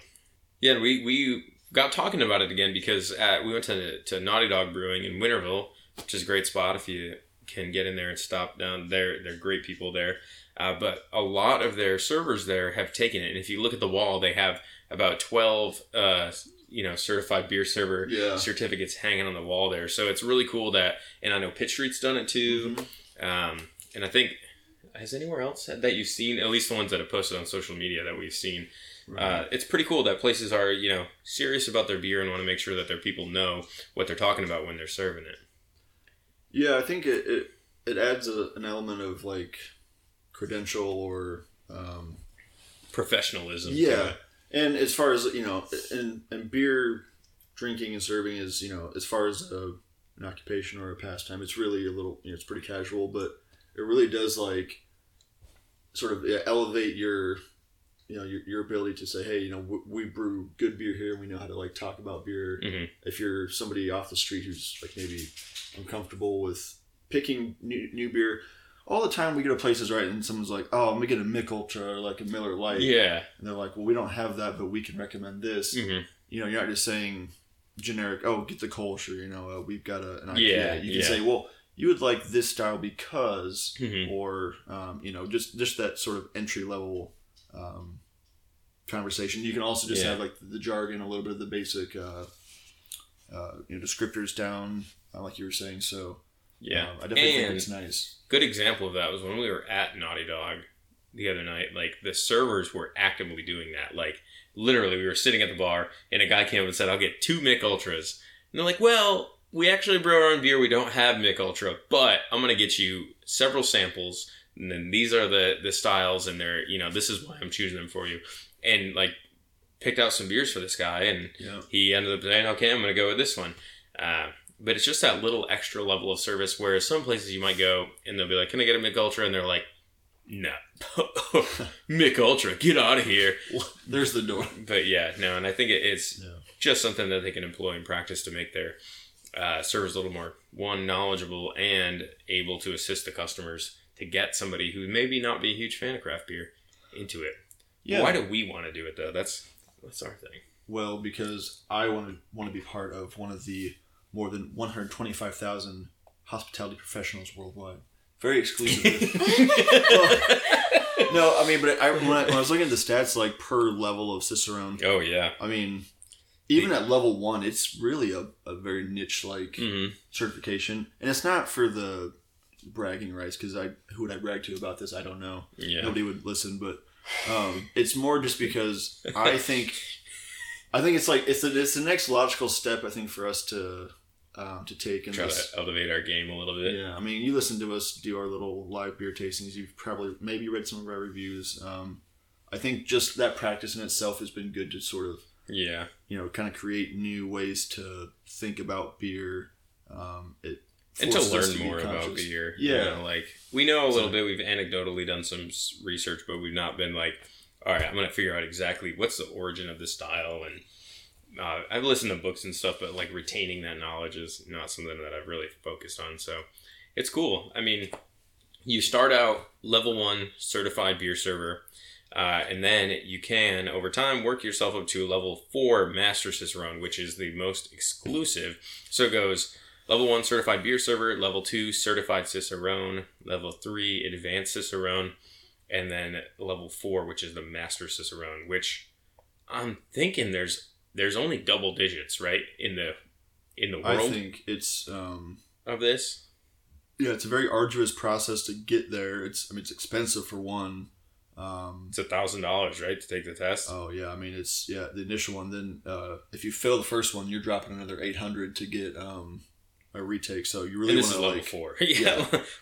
S1: Yeah, we, we got talking about it again because uh we went to, to Naughty Dog Brewing in Winterville, which is a great spot if you can get in there and stop down there. They're great people there. Uh, but a lot of their servers there have taken it. And if you look at the wall, they have about 12, uh, you know, certified beer server
S2: Yeah.
S1: certificates hanging on the wall there. So it's really cool that, and I know Pitt Street's done it too.
S2: Mm-hmm.
S1: Um, and I think, has anywhere else had that you've seen, at least the ones that have posted on social media that we've seen, uh, it's pretty cool that places are, you know, serious about their beer and want to make sure that their people know what they're talking about when they're serving it.
S2: Yeah, I think it it, it adds a, an element of like credential or um,
S1: Professionalism. to
S2: yeah.
S1: it.
S2: And as far as you know, and and beer drinking and serving is you know as far as a, an occupation or a pastime, it's really a little you know it's pretty casual, but it really does like sort of yeah, elevate your you know your, your ability to say hey you know we, we brew good beer here and we know how to like talk about beer
S1: Mhm.
S2: if you're somebody off the street who's like maybe uncomfortable with picking new, new beer all the time we go to places right and someone's like oh i'm gonna get a mick ultra or like a miller light
S1: Yeah.
S2: and they're like well we don't have that but we can recommend this
S1: Mhm.
S2: you know you're not just saying generic oh get the culture you know uh, we've got a, an
S1: Yeah,
S2: idea you can
S1: yeah.
S2: say well you would like this style because
S1: Mhm.
S2: or um, you know just just that sort of entry level um, conversation you can also just
S1: Yeah.
S2: have like the jargon a little bit of the basic uh, uh, you know descriptors down uh, like you were saying so
S1: Yeah.
S2: um, i definitely think
S1: And-
S2: it's nice
S1: Good example of that was when we were at Naughty Dog the other night. Like the servers were actively doing that. Like literally, we were sitting at the bar and a guy came up and said, "I'll get two Mick Ultras," and they're like, "Well." We actually brew our own beer. We don't have Mick Ultra, but I'm gonna get you several samples and then these are the the styles and they're you know this is why i'm choosing them for you and like picked out some beers for this guy and
S2: yeah
S1: he ended up saying okay i'm gonna go with this one uh, but it's just that little extra level of service where some places you might go and they'll be like can i get a mick ultra and they're like no *laughs* mick ultra get out of here
S2: there's the door
S1: but yeah no and i think it, it's
S2: yeah
S1: just something that they can employ and practice to make their uh, servers a little more one knowledgeable and able to assist the customers to get somebody who maybe not be a huge fan of craft beer into it.
S2: yeah
S1: Why do we want to do it though? That's that's our thing.
S2: Well, because I want to want to be part of one of the more than 125,000 hospitality professionals worldwide. Very exclusive.
S1: *laughs*
S2: *laughs* no, I mean, but I, when, I, when I was looking at the stats, like per level of Cicerone,
S1: oh yeah.
S2: I mean, even at level one, it's really a, a very niche like
S1: hmm
S2: certification, and it's not for the bragging rights because I who would I brag to about this? I don't know
S1: Yeah.
S2: nobody would listen but um, it's more just because i think i think it's like it's the, it's the next logical step i think for us to um, to take in
S1: Try to
S2: this
S1: elevate our game a little bit.
S2: yeah i mean you listen to us do our little live beer tastings you've probably maybe read some of our reviews um, i think just that practice in itself has been good to sort of
S1: Yeah.
S2: you know kind of create new ways to think about beer um, it
S1: And to
S2: forces us
S1: learn
S2: be
S1: more about
S2: conscious.
S1: beer.
S2: Yeah.
S1: You know, like we know a little
S2: So-
S1: bit. We've anecdotally done some s- research, but we've not been like, all right, I'm going to figure out exactly what's the origin of this style. And uh, I've listened to books and stuff, but like retaining that knowledge is not something that I've really focused on. So it's cool. I mean, you start out level one certified beer server. Uh, and then you can, over time, work yourself up to level four Master Cicerone, which is the most exclusive. So it goes level one certified beer server, level two certified Cicerone, level three advanced Cicerone, and then level four, which is the Master Cicerone, which I'm thinking there's there's only double digits, right? In the in the
S2: I
S1: world
S2: think it's um,
S1: of this.
S2: yeah, it's a very arduous process to get there. It's I mean it's expensive for one. Um,
S1: It's a thousand dollars, right, to take the test.
S2: oh yeah, I mean it's yeah the initial one. Then uh, if you fail the first one, you're dropping another eight hundred to get um, a retake. So you really
S1: and this
S2: want
S1: is
S2: to
S1: level
S2: like
S1: four. *laughs* Yeah,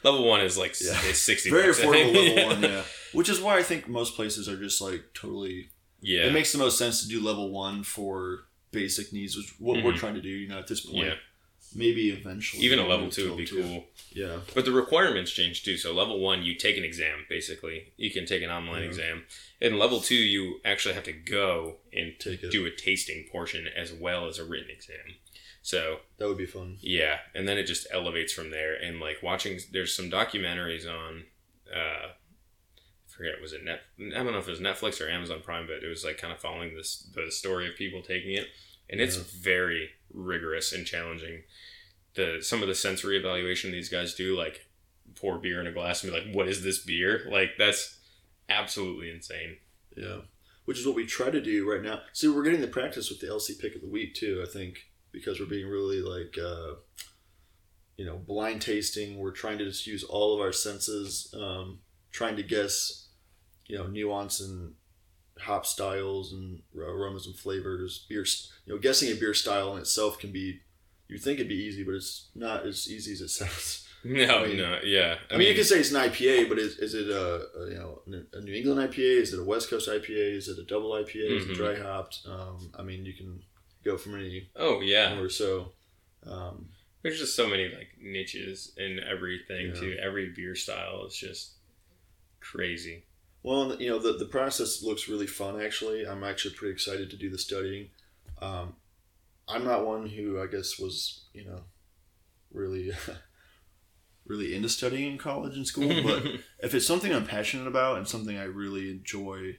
S1: level one is like
S2: Yeah.
S1: is sixty.
S2: very
S1: bucks, I
S2: affordable
S1: think.
S2: level
S1: *laughs*
S2: one. Yeah, which is why I think most places are just like totally
S1: yeah.
S2: It makes the most sense to do level one for basic needs, which what we're
S1: Mhm.
S2: trying to do. You know, at this point,
S1: yeah.
S2: maybe eventually,
S1: Even a
S2: we'll
S1: level
S2: move
S1: two
S2: to
S1: would be
S2: level
S1: cool.
S2: two. Yeah,
S1: But the requirements change too. So level one, you take an exam basically. You can take an online
S2: Yeah.
S1: exam. And level two, you actually have to go and
S2: Take it.
S1: do a tasting portion as well as a written exam. So
S2: that would be fun.
S1: yeah, and then it just elevates from there. And like watching, there's some documentaries on, uh, I forget was it net? I don't know if it was Netflix or Amazon Prime, but it was like kind of following this the story of people taking it, and it's
S2: Yeah.
S1: very rigorous and challenging. The some of the sensory evaluation these guys do, like pour beer in a glass and be like, "What is this beer?" Like that's absolutely insane. *laughs*
S2: Yeah, which is what we try to do right now. See, we're getting the practice with the LC pick of the week too. I think because we're being really like, uh, you know, blind tasting. We're trying to just use all of our senses, um, trying to guess, you know, nuance and hop styles and aromas and flavors. Beer, s- you know, guessing a beer style in itself can be. You think it'd be easy, but it's not as easy as it *laughs* sounds.
S1: No,
S2: I mean-
S1: no, yeah.
S2: I mean, you could say it's an IPA, but is, is it a, a you know a New England IPA? Is it a West Coast IPA? Is it a double IPA? Is
S1: Mhm.
S2: it dry hopped? Um, I mean, you can go from any
S1: oh yeah.
S2: or so. Um,
S1: There's just so many like niches in everything
S2: Yeah.
S1: too. Every beer style is just crazy.
S2: well, you know, the, the process looks really fun. Actually, I'm actually pretty excited to do the studying. Um, I'm not one who I guess was you know really *laughs* really into studying in college and school, but if it's something I'm passionate about and something I really enjoy,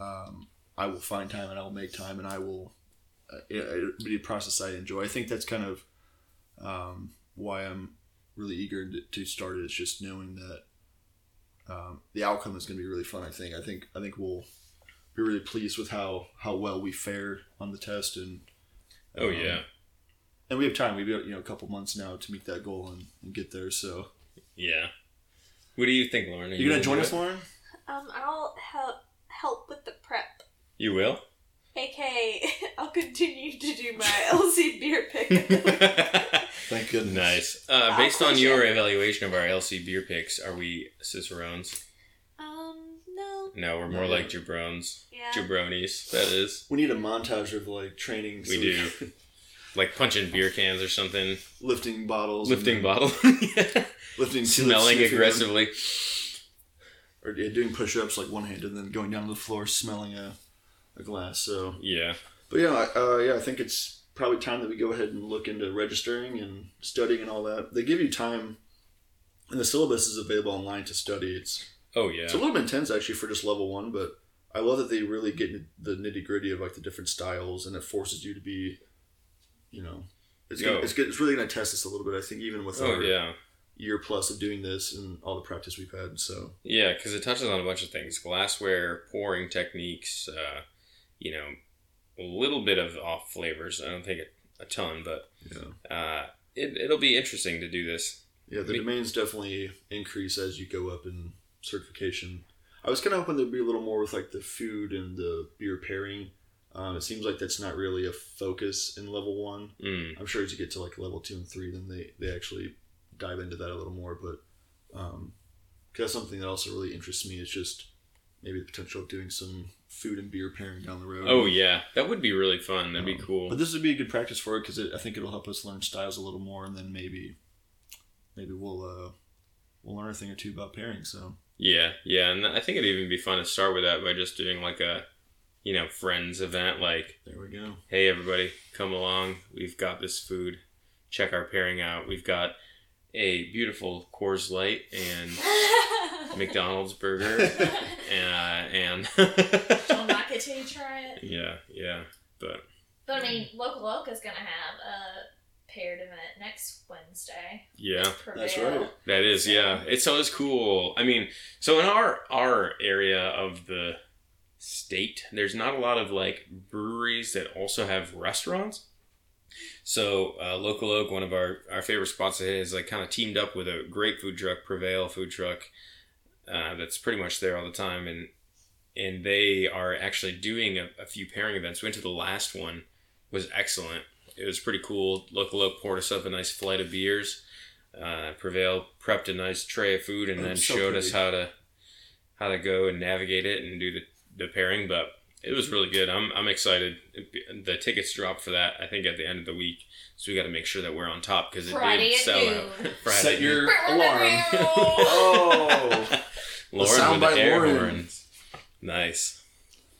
S2: um, I will find time and I will make time and I will. Uh, it, it'll be a process I enjoy. I think that's kind of um, why I'm really eager to, to start it. Is just knowing that um, the outcome is going to be really fun. I think. I think. I think we'll be really pleased with how how well we fare on the test and.
S1: *laughs* oh
S2: um,
S1: yeah,
S2: And we have time. We've got you know a couple months now to meet that goal and, and get there. So
S1: yeah. What do you think, Lauren? Are
S2: you gonna join
S1: do
S2: us,
S1: it?
S2: Lauren?
S3: Um, I'll help help with the prep.
S1: You
S2: *laughs*
S1: will.
S3: AKA, *laughs* I'll continue to do my *laughs* LC beer pickup.
S1: *laughs*
S2: Thank goodness.
S1: nice. Uh,
S3: I'll
S1: based on
S3: push
S1: your
S3: it.
S1: evaluation of our LC beer picks, are we cicerones?
S3: um, no.
S1: No, we're more
S2: Yeah.
S1: like jabrones,
S3: Yeah.
S1: jabronis. That is.
S2: We need a montage of like training.
S1: We do. Like punching beer cans or something,
S2: *laughs* lifting bottles, and
S1: lifting bottle, *laughs* smelling
S2: lifting, sniffing them,
S1: aggressively.
S2: or yeah, doing push-ups like one hand and then going down to the floor, smelling a, a glass. So,
S1: Yeah.
S2: but yeah, I- uh, yeah, I think it's probably time that we go ahead and look into registering and studying and all that. They give you time, and the syllabus is available online to study. It's
S1: Oh yeah.
S2: It's a little bit intense actually for just level one, but I love that they really get in- the nitty gritty of like the different styles, and it forces you to be, you know, it's gonna,
S1: Yo.
S2: it's, good, it's really going to test us a little bit. I think even with
S1: Oh
S2: our
S1: yeah.
S2: year plus of doing this and all the practice we've had, so
S1: Yeah, because it touches on a bunch of things: glassware, pouring techniques, uh, you know, a little bit of off flavors. I don't think a, a ton, but
S2: yeah,
S1: uh, it, it'll be interesting to do this.
S2: yeah. The
S1: Me-
S2: domains definitely increase as you go up in certification. I was kind of hoping there'd be a little more with like the food and the beer pairing. Um, it seems like that's not really a focus in level one.
S1: Mm.
S2: I'm sure as you get to like level two and three, then they, they actually dive into that a little more. But um, 'cause that's something that also really interests me is just maybe the potential of doing some food and beer pairing down the road.
S1: Oh yeah, that would be really fun. That'd be
S2: Um,
S1: cool.
S2: But this would be a good practice for it because I think it'll help us learn styles a little more, and then maybe maybe we'll uh, we'll learn a thing or two about pairing. So
S1: Yeah, yeah, and I think it'd even be fun to start with that by just doing like a, you know, friends event. Like,
S2: there we go.
S1: hey, everybody, come along. We've got this food. Check our pairing out. We've got
S2: *laughs*
S1: a beautiful Coors Light and McDonald's burger Uh, and, *laughs*
S4: Will
S1: and
S4: not continue to try it.
S1: yeah, yeah. But
S4: But I mean, Local Loca's gonna have a paired event next Wednesday.
S1: yeah,
S2: That's
S4: Prevail.
S2: right.
S1: that is yeah. It's so it's cool. I mean, so in our our area of the state, there's not a lot of like breweries that also have restaurants. So uh, Local Oak, one of our our favorite spots, is like kind of teamed up with a great food truck, Prevail Food Truck, uh, that's pretty much there all the time, and and they are actually doing a, a few pairing events. Went to the last one, was excellent. It was pretty cool. Local Oak poured us up a nice flight of beers. Uh, Prevail prepped a nice tray of food and
S2: Oh,
S1: then
S2: so
S1: showed us
S2: pretty.
S1: how to how to go and navigate it and do the, the pairing. But it
S2: Mm-hmm.
S1: was really good. I'm I'm excited. The tickets drop for that. I think at the end of the week, so we got to make sure that we're on top because it
S4: Friday
S1: did
S4: at
S1: sell out. *laughs*
S4: noon.
S1: Friday at noon.
S2: Set your alarm.
S3: *laughs*
S2: *laughs* oh.
S1: Lauren
S2: sound
S1: with
S2: bite
S1: the air
S2: Lauren.
S1: horns. Nice.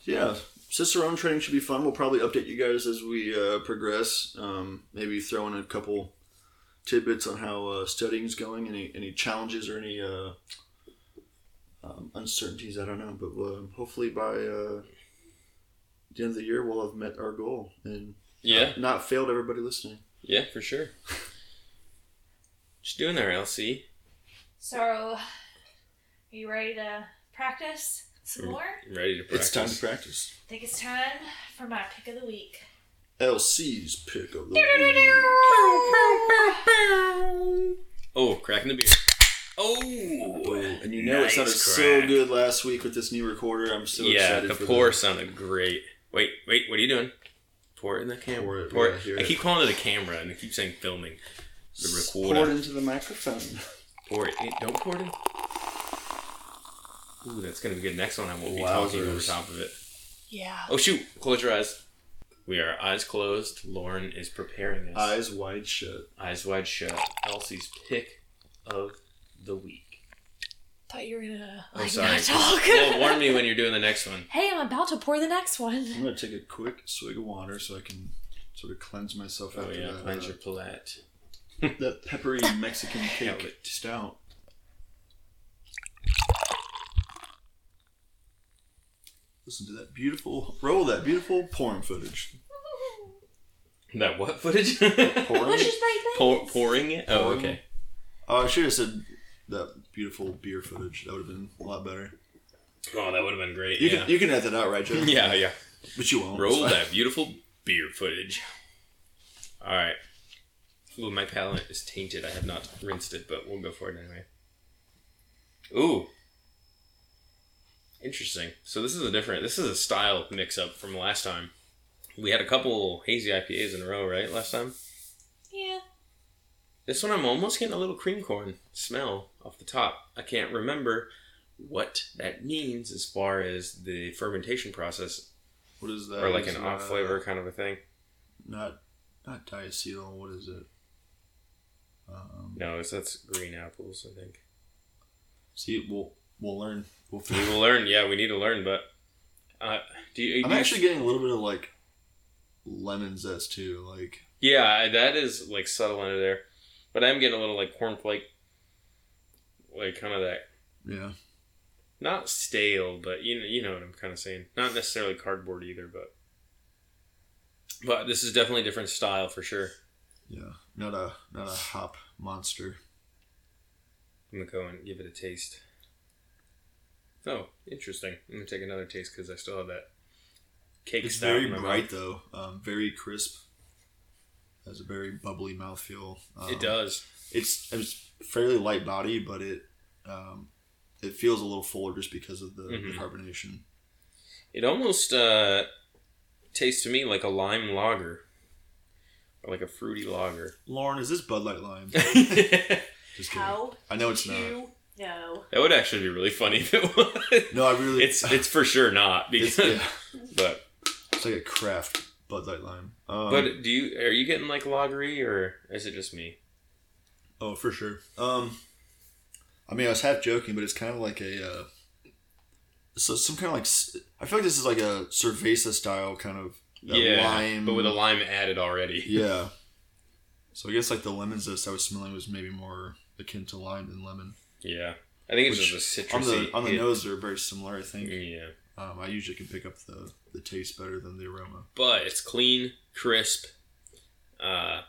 S2: Yeah, Cicerone training should be fun. We'll probably update you guys as we uh, progress. Um, maybe throw in a couple tidbits on how uh, studying's going, any any challenges or any uh, um, uncertainties. I don't know, but um, hopefully by uh, the end of the year, we'll have met our goal and
S1: Yeah,
S2: not failed everybody listening.
S1: yeah, for sure. Just doing there, LC.
S4: So, are you ready to practice some
S1: Mm.
S4: more?
S1: Ready to practice.
S2: It's time to practice.
S4: I think it's time for my pick of the week.
S2: LC's pick of the week.
S1: Oh, cracking the beer. Oh,
S2: And you know it sounded
S1: nice
S2: so
S1: crack.
S2: good last week with this new recorder. I'm so
S1: yeah,
S2: excited.
S1: the
S2: for
S1: pour
S2: that.
S1: sounded great. Wait, wait, what are you doing? Pour it in the camera.
S2: Pour it, yeah, here.
S1: I keep calling it a camera, and I keep saying filming. The recorder.
S2: Poured into
S1: *laughs*
S2: the microphone.
S1: Pour it. in- Don't pour it in. Ooh, that's gonna be good. Next one, I won't be talking over
S2: Wowzers.
S1: top of it.
S4: Yeah.
S1: Oh shoot! Close your eyes. We are eyes closed. Lauren is preparing us.
S2: Eyes wide shut.
S1: Eyes wide shut. Elsie's pick of the week.
S4: Thought you were gonna
S1: Oh,
S4: like
S1: sorry.
S4: not talk.
S1: well, warn me when you're doing the next one.
S4: *laughs* hey, I'm about to pour the next one.
S2: I'm gonna take a quick swig of water so I can sort of cleanse myself
S1: Oh
S2: after
S1: yeah,
S2: that,
S1: cleanse
S2: uh,
S1: your palate.
S2: that peppery
S1: *laughs*
S2: Mexican cake
S1: Palate.
S2: stout. Listen to that beautiful roll. That beautiful porn footage.
S1: That what
S2: *laughs*
S1: footage?
S2: Porn.
S4: Which is my thing.
S1: Pour, pouring it. Oh
S2: Pouring.
S1: okay.
S2: Oh, I should have said that beautiful beer footage. That would have been a lot better.
S1: Oh, that would have been great.
S2: You
S1: yeah.
S2: can you can edit that out, right, Joe?
S1: *laughs* yeah, yeah.
S2: But you won't.
S1: Roll
S2: It's fine.
S1: that beautiful beer footage. All right. Ooh, my palate is tainted. I have not rinsed it, but we'll go for it anyway. Ooh. Interesting. So this is a different. This is a style mix up from last time. We had a couple hazy IPAs in a row, right? Last time.
S4: Yeah.
S1: This one, I'm almost getting a little cream corn smell off the top. I can't remember what that means as far as the fermentation process,
S2: What is that?
S1: or like
S2: It's,
S1: an off
S2: uh,
S1: flavor kind of a thing.
S2: Not not diacetyl. What is it? Um,
S1: No, it's that's green apples, I think.
S2: See, we'll we'll learn. We'll
S1: We *laughs*
S2: figure.
S1: will learn. Yeah, we need to learn. But uh, do you?
S2: I'm
S1: do you-
S2: actually getting a little bit of like lemon zest too. Like
S1: yeah, that is like subtle under there, but I'm getting a little like cornflake, like kind of that
S2: yeah,
S1: not stale, but you know, you know what I'm kind of saying. Not necessarily cardboard either, but but this is definitely a different style for sure.
S2: yeah. Not a not a hop monster.
S1: I'm gonna go and give it a taste. Oh, interesting. I'm gonna take another taste because I still have that cake.
S2: It's
S1: stout
S2: very
S1: in my mouth.
S2: bright though. Um, very crisp. Has a very bubbly mouthfeel. Um,
S1: It does.
S2: It's it's fairly light body, but it um, it feels a little fuller just because of the,
S1: Mhm.
S2: the carbonation.
S1: It almost uh, tastes to me like a lime lager, or like a fruity
S2: *laughs*
S1: lager.
S2: Lauren, is this Bud
S1: *laughs*
S2: Light Lime?
S1: that
S2: just kidding.
S4: How?
S2: I know it's not.
S4: to know?
S1: would actually be really funny if it was.
S2: No, I really.
S1: It's it's for sure not
S2: it's,
S1: because,
S2: yeah,
S1: but
S2: it's like a craft Bud Light Lime. Um,
S1: but do you are you getting like lagery or is it just me?
S2: Oh, for sure. Um, I mean, I was half joking, but it's kind of like a, uh, so some kind of like s- I feel like this is like a cerveza style kind of that lime,
S1: but with a lime added already. *laughs*
S2: yeah. So I guess like the lemon zest I was smelling was maybe more akin to lime than lemon.
S1: Yeah, I think it's
S2: Which,
S1: just a citrusy.
S2: On the on the
S1: hit. Mm-hmm.
S2: nose, they're very similar. I think.
S1: Yeah.
S2: Um, I usually can pick up the the taste better than the aroma.
S1: but it's clean, crisp, uh,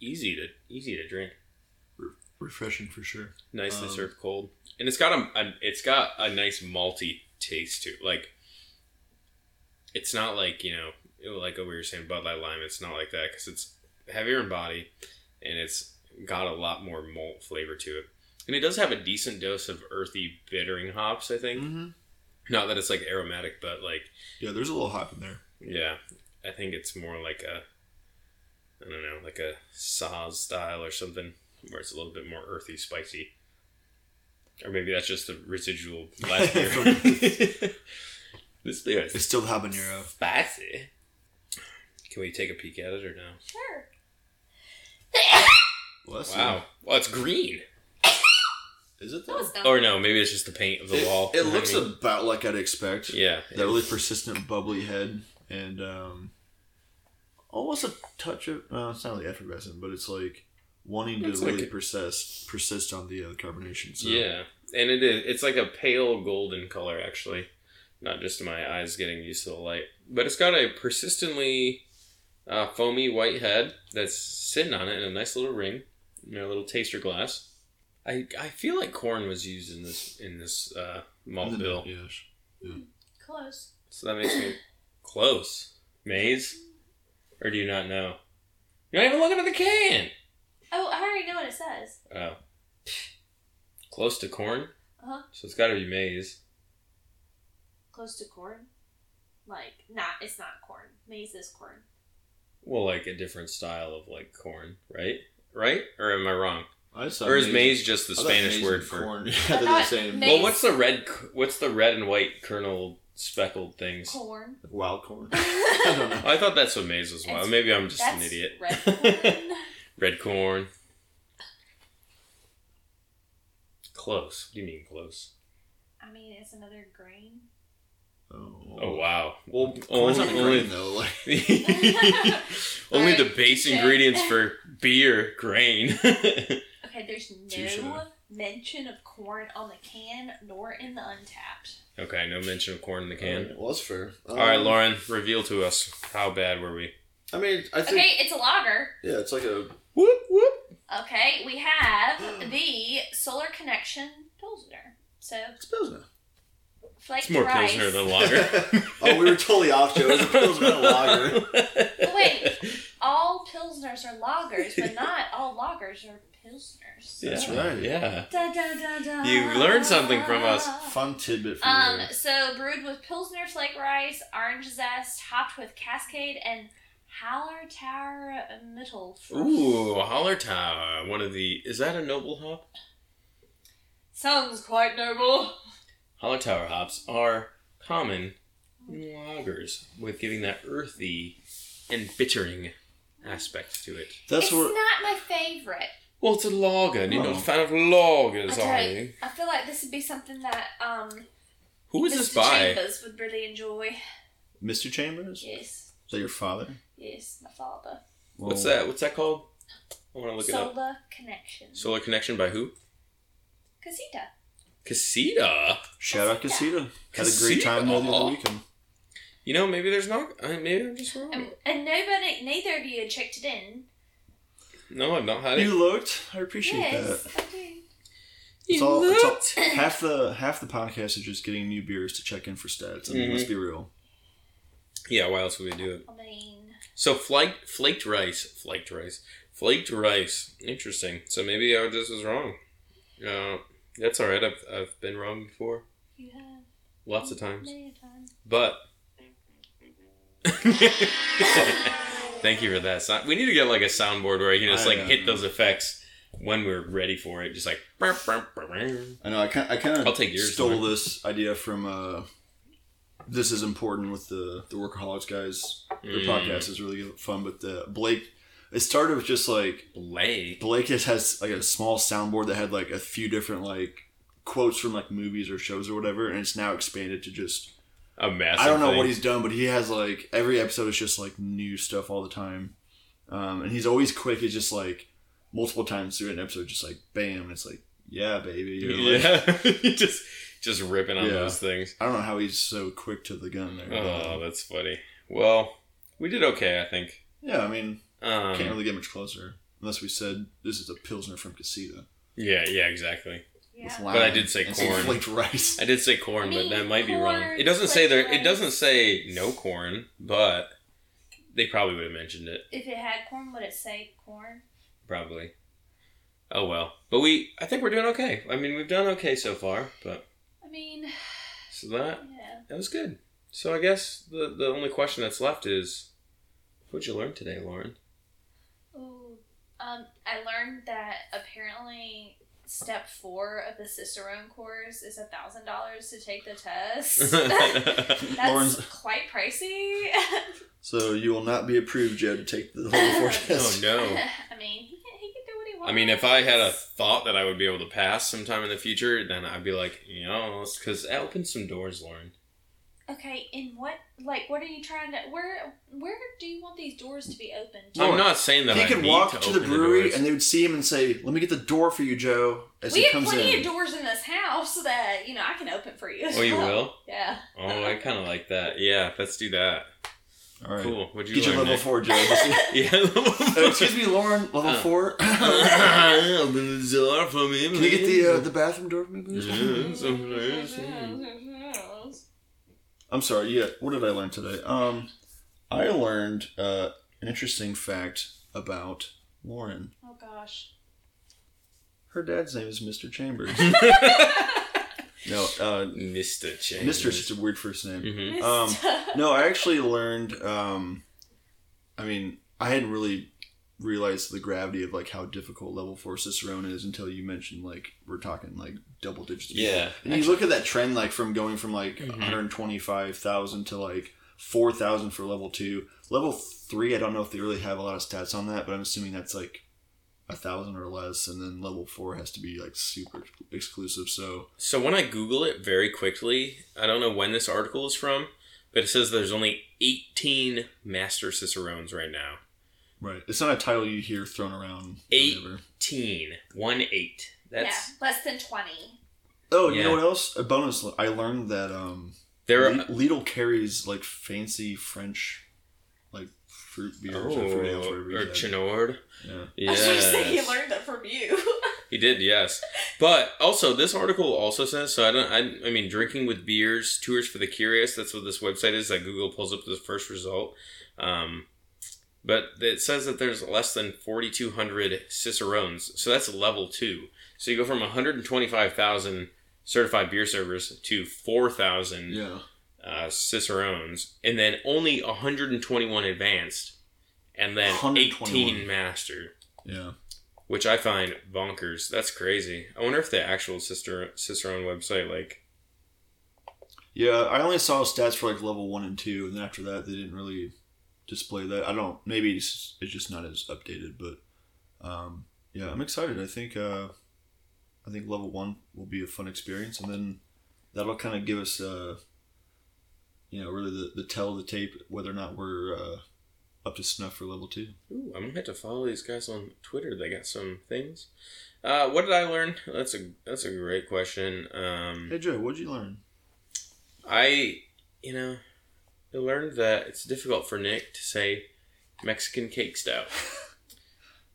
S1: easy to easy to drink.
S2: Refreshing for sure.
S1: Nicely
S2: Um,
S1: served cold, and it's got a, a it's got a nice malty taste to it. Like it's not like you know it- like what we were saying Bud Light Lime. It's not like that because it's heavier in body, and it's got a lot more malt flavor to it. And it does have a decent dose of earthy bittering hops. I think
S2: Mm-hmm.
S1: not that it's like aromatic, but like
S2: Yeah, there's a little hop in there.
S1: Yeah, I think it's more like a, I don't know, like a Saz style or something, where it's a little bit more earthy, spicy. Or maybe that's just the residual last
S2: *laughs*
S1: year. this beer is
S2: It's still habanero.
S1: spicy. Can we take a peek at it or no?
S5: Sure.
S2: Bless
S1: Wow. Well, it's green.
S2: you. Is it
S5: No,
S2: though?
S5: it's not.
S1: Or no, maybe it's just the paint of the
S2: it,
S1: wall.
S2: it looks
S1: I mean,
S2: about like I'd expect.
S1: yeah.
S2: That really persistent bubbly head and um, almost a touch of uh, it's not like effervescent, but it's like wanting to
S1: It's like
S2: really
S1: a-
S2: persist persist on the uh, carbonation. So.
S1: Yeah, and it is. It's like a pale golden color, actually. Not just my eyes getting used to the light, but it's got a persistently uh, foamy white head that's sitting on it in a nice little ring in a little taster glass. I, I feel like corn was used in this in this uh,
S2: And
S1: malt
S2: then-
S1: bill,
S2: yeah, sh-
S3: Close.
S1: so that makes me close maize, or do you not know? You're not even looking at the can.
S3: Oh, I already know what it says.
S1: Oh, close to corn,
S3: Uh-huh.
S1: so it's got to be maize.
S3: Close to corn. Like, not. It's not corn. Maize is corn.
S1: Well, like a different style of like corn, right? Right? Or am I wrong?
S2: I saw
S1: Or is maize just the
S2: I thought
S1: Spanish
S2: maize
S1: word
S2: and
S1: for?
S2: corn. *laughs*
S3: I
S2: Yeah, they're the
S3: thought
S2: same.
S3: maize-
S1: Well, what's the red? c- What's the red and white kernel speckled things?
S3: *laughs* Corn.
S2: Wild corn. *laughs* I don't know.
S1: I thought that's what maize was. *laughs* Well,
S3: It's-
S1: maybe I'm just an
S3: That's
S1: idiot. *laughs*
S2: *laughs*
S3: Red corn.
S1: Red corn. Close. What do you mean close?
S3: I mean, it's another grain.
S2: Oh,
S1: Oh wow. Well,
S2: Corn's not
S1: only only,
S2: green, though. Like,
S1: *laughs* only
S3: Alright,
S1: the base
S3: okay.
S1: ingredients for beer grain. *laughs*
S3: Okay, there's no
S2: Touche.
S3: mention of corn on the can nor in the untapped.
S1: okay, no mention of corn in the can.
S2: Well, that's fair. Um,
S1: All right, Lauren, reveal to us how bad were we?
S2: I mean, I think
S3: Okay, it's a lager.
S2: yeah, it's like a
S1: Whoop whoop.
S3: Okay, we have
S1: *clears throat*
S3: the Solar Connection Pilsner. So,
S2: it's pilsner.
S3: flaked
S1: It's more
S3: rice.
S1: pilsner than lager. *laughs*
S2: oh, we were totally off, Joe. It's a pilsner and a lager.
S3: But
S1: *laughs*
S3: wait, all Pilsners are lagers, but not all lagers are Pilsners.
S2: *laughs* That's right.
S1: Yeah.
S3: Da, da, da, da.
S1: You learned something from us.
S2: Fun tidbit for
S3: Um,
S2: you.
S3: so brewed with Pilsner flake rice, orange zest, hopped with Cascade and Haller Tower Mittel.
S1: Ooh, Holler Tower. One of the is that a noble hop?
S3: Sounds quite noble.
S1: Holler Tower hops are common in lagers with giving that earthy and bittering aspect to it.
S2: That's
S3: it's
S2: what.
S3: not my favorite.
S1: Well, it's a lager. and You're not
S2: Oh.
S1: a fan of lagers,
S3: I
S1: are
S3: tell you.
S1: you?
S3: I feel like this would be something that um
S1: Who is
S3: Mr.
S1: this by?
S3: Chambers would really enjoy.
S2: Mr. Chambers? Is
S3: Yes,
S2: that your father?
S3: yes, my father.
S1: What's
S2: Well,
S1: that? What's that called? I want to look it up.
S3: Solar connection.
S1: Solar Connection by who?
S3: Casita.
S1: Casita.
S2: Shout out Casita. Had a great time there the
S1: Casita.
S2: other weekend.
S1: You know, maybe there's not. I- Maybe I'm just wrong.
S3: And, and nobody, neither of you had checked it in.
S1: No, I've not had it.
S2: You looked. I appreciate
S3: yes,
S2: that.
S3: I do.
S2: It's all, it's all, *laughs* half the half the podcast is just getting new beers to check in for stats. I mean,
S1: Mm-hmm.
S2: let's be real.
S1: Yeah, why else would we do it?
S3: I mean,
S1: So flaked, flaked rice, flaked rice, flaked rice. Interesting. So maybe I just was wrong. Uh, that's all right. I've I've been wrong before,
S3: you have
S1: lots of times.
S3: many a time.
S1: But *laughs* thank you for that. Sound. We need to get like a soundboard where I can just
S2: I
S1: like hit
S2: know.
S1: those effects when we're ready for it. Just like. burr, burr, burr, burr.
S2: I know. I kind. I kind
S1: I'll take yours,
S2: Stole
S1: Lauren.
S2: this idea from. uh This is important with the the workaholics guys. Their
S1: Mm.
S2: podcast is really fun, but the Blake. It started with just like
S1: Blake.
S2: Blake just has like a small soundboard that had like a few different like quotes from like movies or shows or whatever, and it's now expanded to just
S1: A massive.
S2: I don't know
S1: thing.
S2: what he's done, but he has like every episode is just like new stuff all the time, um, and he's always quick. It's just like multiple times through an episode, just like bam, and it's like yeah, baby. You're like-
S1: Yeah, *laughs* just just ripping on
S2: Yeah.
S1: those things.
S2: I don't know how he's so quick to the gun there. but-
S1: Oh, that's funny. Well, we did okay, I think.
S2: yeah, I mean,
S1: Um,
S2: can't really get much closer unless we said this is a pilsner from Casita.
S1: yeah, yeah, exactly.
S4: Yeah.
S2: lime
S1: But I did say
S2: and some
S1: corn.
S2: flaked rice.
S1: I did say corn, but that might be wrong.
S4: Corn,
S1: It doesn't say there. It
S4: flaked
S1: doesn't
S4: rice.
S1: say no corn, but they probably would have mentioned it.
S4: If it had corn, would it say corn?
S1: Probably. Oh well, but we. I think we're doing okay. I mean, we've done okay so far, but
S4: I mean,
S1: so that
S4: yeah.
S1: that was good. So I guess the the only question that's left is, what'd you learn today, Lauren? *laughs*
S4: Ooh. Um, I learned that apparently step four of the Cicerone course is a thousand dollars to take the
S1: *laughs*
S4: test. That's
S2: Lauren's-
S4: quite pricey.
S2: So you will not be approved, Joe, to take
S1: *laughs*
S2: the level four
S1: oh
S2: test.
S4: *laughs*
S1: no.
S4: I mean, he can, he can do what he wants.
S1: I mean, if I had a thought that I would be able to pass sometime in the future, then I'd be like, you know, because that opens some doors, Lauren.
S4: Okay, and what like what are you trying to where where do you want these doors to be opened?
S2: Lauren,
S1: I'm not saying that
S2: He
S1: I
S2: could
S1: need
S2: walk
S1: to,
S2: to, the
S1: open
S2: brewery
S1: doors.
S2: and they would see him and say, "Let me get the door for you, Joe." As
S4: we
S2: he
S4: have
S2: comes
S4: plenty
S2: in,
S4: of doors in this house that you know I can open for you. as
S1: oh, you
S4: well.
S1: will?
S4: Yeah.
S1: Oh, I kind of like that. Yeah, let's do that.
S2: All right,
S1: Cool. What'd you
S2: get your
S1: learn?
S2: level four, Joe.
S1: *laughs*
S2: Just-
S1: Nick? Yeah, level
S2: Uh,
S1: four. *laughs*
S2: excuse me, Lauren, level
S1: Oh. *laughs*
S2: four. Can
S1: Can
S2: you get the uh, the bathroom door for me, please?
S1: Yeah, so nice.
S2: I'm sorry. Yeah, what did I learn today? Um, I learned uh, an interesting fact about Lauren.
S4: Oh gosh.
S2: Her dad's name is Mr. Chambers.
S1: *laughs*
S2: no, uh,
S1: Mr. Chambers.
S2: Mr. is such a weird first name.
S1: Mhm.
S2: Um,
S4: *laughs*
S2: No, I actually learned. Um, I mean, I hadn't really realized the gravity of like how difficult level four Cicerone is until you mentioned like we're talking like double digits.
S1: Yeah.
S2: and you look at that trend like from going from like
S1: Mhm.
S2: 125,000 to like 4,000 for level two. Level three, I don't know if they really have a lot of stats on that, but I'm assuming that's like a thousand or less, and then level four has to be like super exclusive. So
S1: So when I Google it very quickly, I don't know when this article is from, but it says there's only 18 Master Cicerones right now.
S2: right, it's not a title you hear thrown around.
S1: Eight.
S2: whenever.
S1: Teen. One eight. That's
S4: yeah, less than twenty.
S2: Oh, you
S1: Yeah.
S2: know what else? A bonus. le- I learned that um,
S1: there.
S2: Le-
S1: Are,
S2: Lidl carries like fancy French, like fruit beers or fruit ales,
S1: oh,
S2: whatever you
S1: or
S2: had.
S1: Chinord.
S2: Yeah.
S1: *laughs* Yes.
S4: I was gonna say he learned that from you.
S1: *laughs* He did, yes. But also, this article also says so. I don't. I, I mean, drinking with beers, tours for the curious. That's what this website is. That Google pulls up the first result. Um, but it says that there's less than 4,200 cicerones. So that's level two. So you go from 125,000 certified beer servers to 4,000
S2: Yeah.
S1: uh, cicerones, and then only 121 advanced, and then 18
S2: 121.
S1: master
S2: Yeah.
S1: which I find bonkers. That's crazy. I wonder if the actual Cicer- Cicerone website, like,
S2: Yeah. I only saw stats for like level one and two, and then after that, they didn't really display that. I don't. Maybe it's, it's just not as updated, but um, yeah, I'm excited. I think uh, I think level one will be a fun experience, and then that'll kind of give us uh, you know, really the, the tell of the tape whether or not we're uh, up to snuff for level two.
S1: ooh, I'm gonna have to follow these guys on Twitter. They got some things. Uh, what did I learn? That's a that's a great question. Um,
S2: Hey Joe, what'd you learn?
S1: I, you know, I learned that it's difficult for Nick to say Mexican cake stout.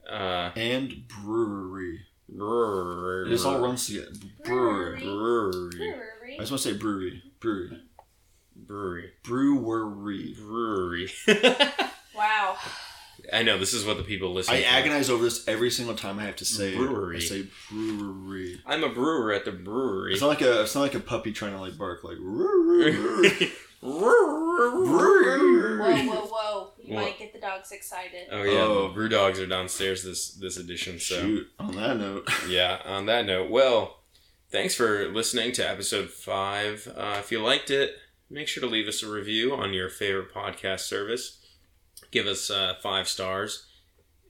S1: Uh,
S2: And brewery.
S1: brewery.
S2: This all runs together. Brewery.
S1: brewery,
S2: I
S4: Brewery.
S2: just want to say brewery. Brewery.
S1: brewery,
S2: Brewery.
S1: brewery.
S4: Wow.
S1: I know this is what the people listen.
S2: I
S1: for.
S2: agonize over this every single time I have to say it.
S1: Brewery.
S2: I say brewery.
S1: I'm a brewer at the brewery.
S2: It's not like a it's not like a puppy trying to like bark like brewery.
S4: Whoa,
S2: brewery.
S4: whoa, whoa! You
S1: What?
S4: might get the dogs excited.
S1: Oh yeah,
S2: Oh.
S1: the brew dogs are downstairs this this edition. *laughs* So
S2: Shoot. On that note,
S1: yeah. On that note, well, thanks for listening to episode five. Uh, if you liked it, make sure to leave us a review on your favorite podcast service. Give us uh, five stars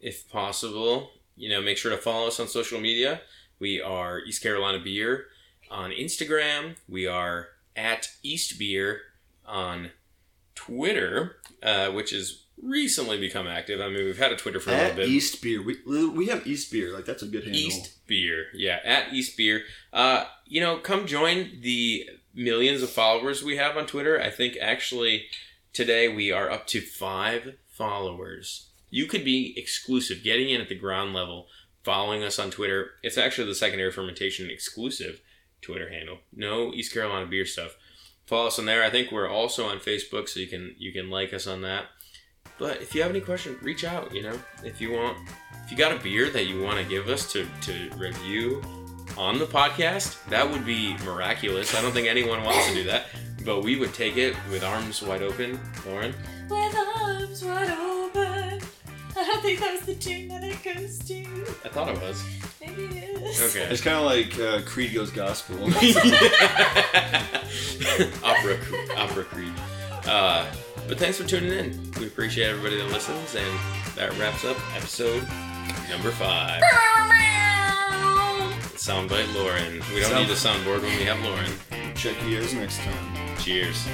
S1: if possible. You know, make sure to follow us on social media. We are East Carolina Beer on Instagram. We are at East Beer on Twitter, uh, which is recently become active. I mean, we've had a Twitter for a little
S2: At
S1: bit.
S2: East Beer, we we have East Beer. Like that's a good handle.
S1: East Beer. Yeah, at East Beer. Uh, you know, come join the millions of followers we have on Twitter. I think actually today we are up to five followers. You could be exclusive, getting in at the ground level, following us on Twitter. It's actually the secondary fermentation exclusive Twitter handle. No East Carolina beer stuff. Follow us on there. I think we're also on Facebook, so you can you can like us on that. But if you have any questions, reach out. You know, if you want if you got a beer that you want to give us to, to review on the podcast, that would be miraculous. I don't think anyone wants to do that, but we would take it with arms wide open. Lauren,
S4: With arms wide open. I don't think that was the tune that it goes to.
S1: I thought it was.
S4: Maybe it is. *laughs*
S1: Okay.
S2: It's kind of like uh, Creed goes gospel.
S1: *laughs*
S2: *laughs*
S1: opera, cre- opera creed. Uh, but thanks for tuning in. We appreciate everybody that listens, and that wraps up episode number five. Soundbite Lauren. We don't
S2: Sound-
S1: need a soundboard when we have Lauren.
S2: Check you guys next time.
S1: Cheers.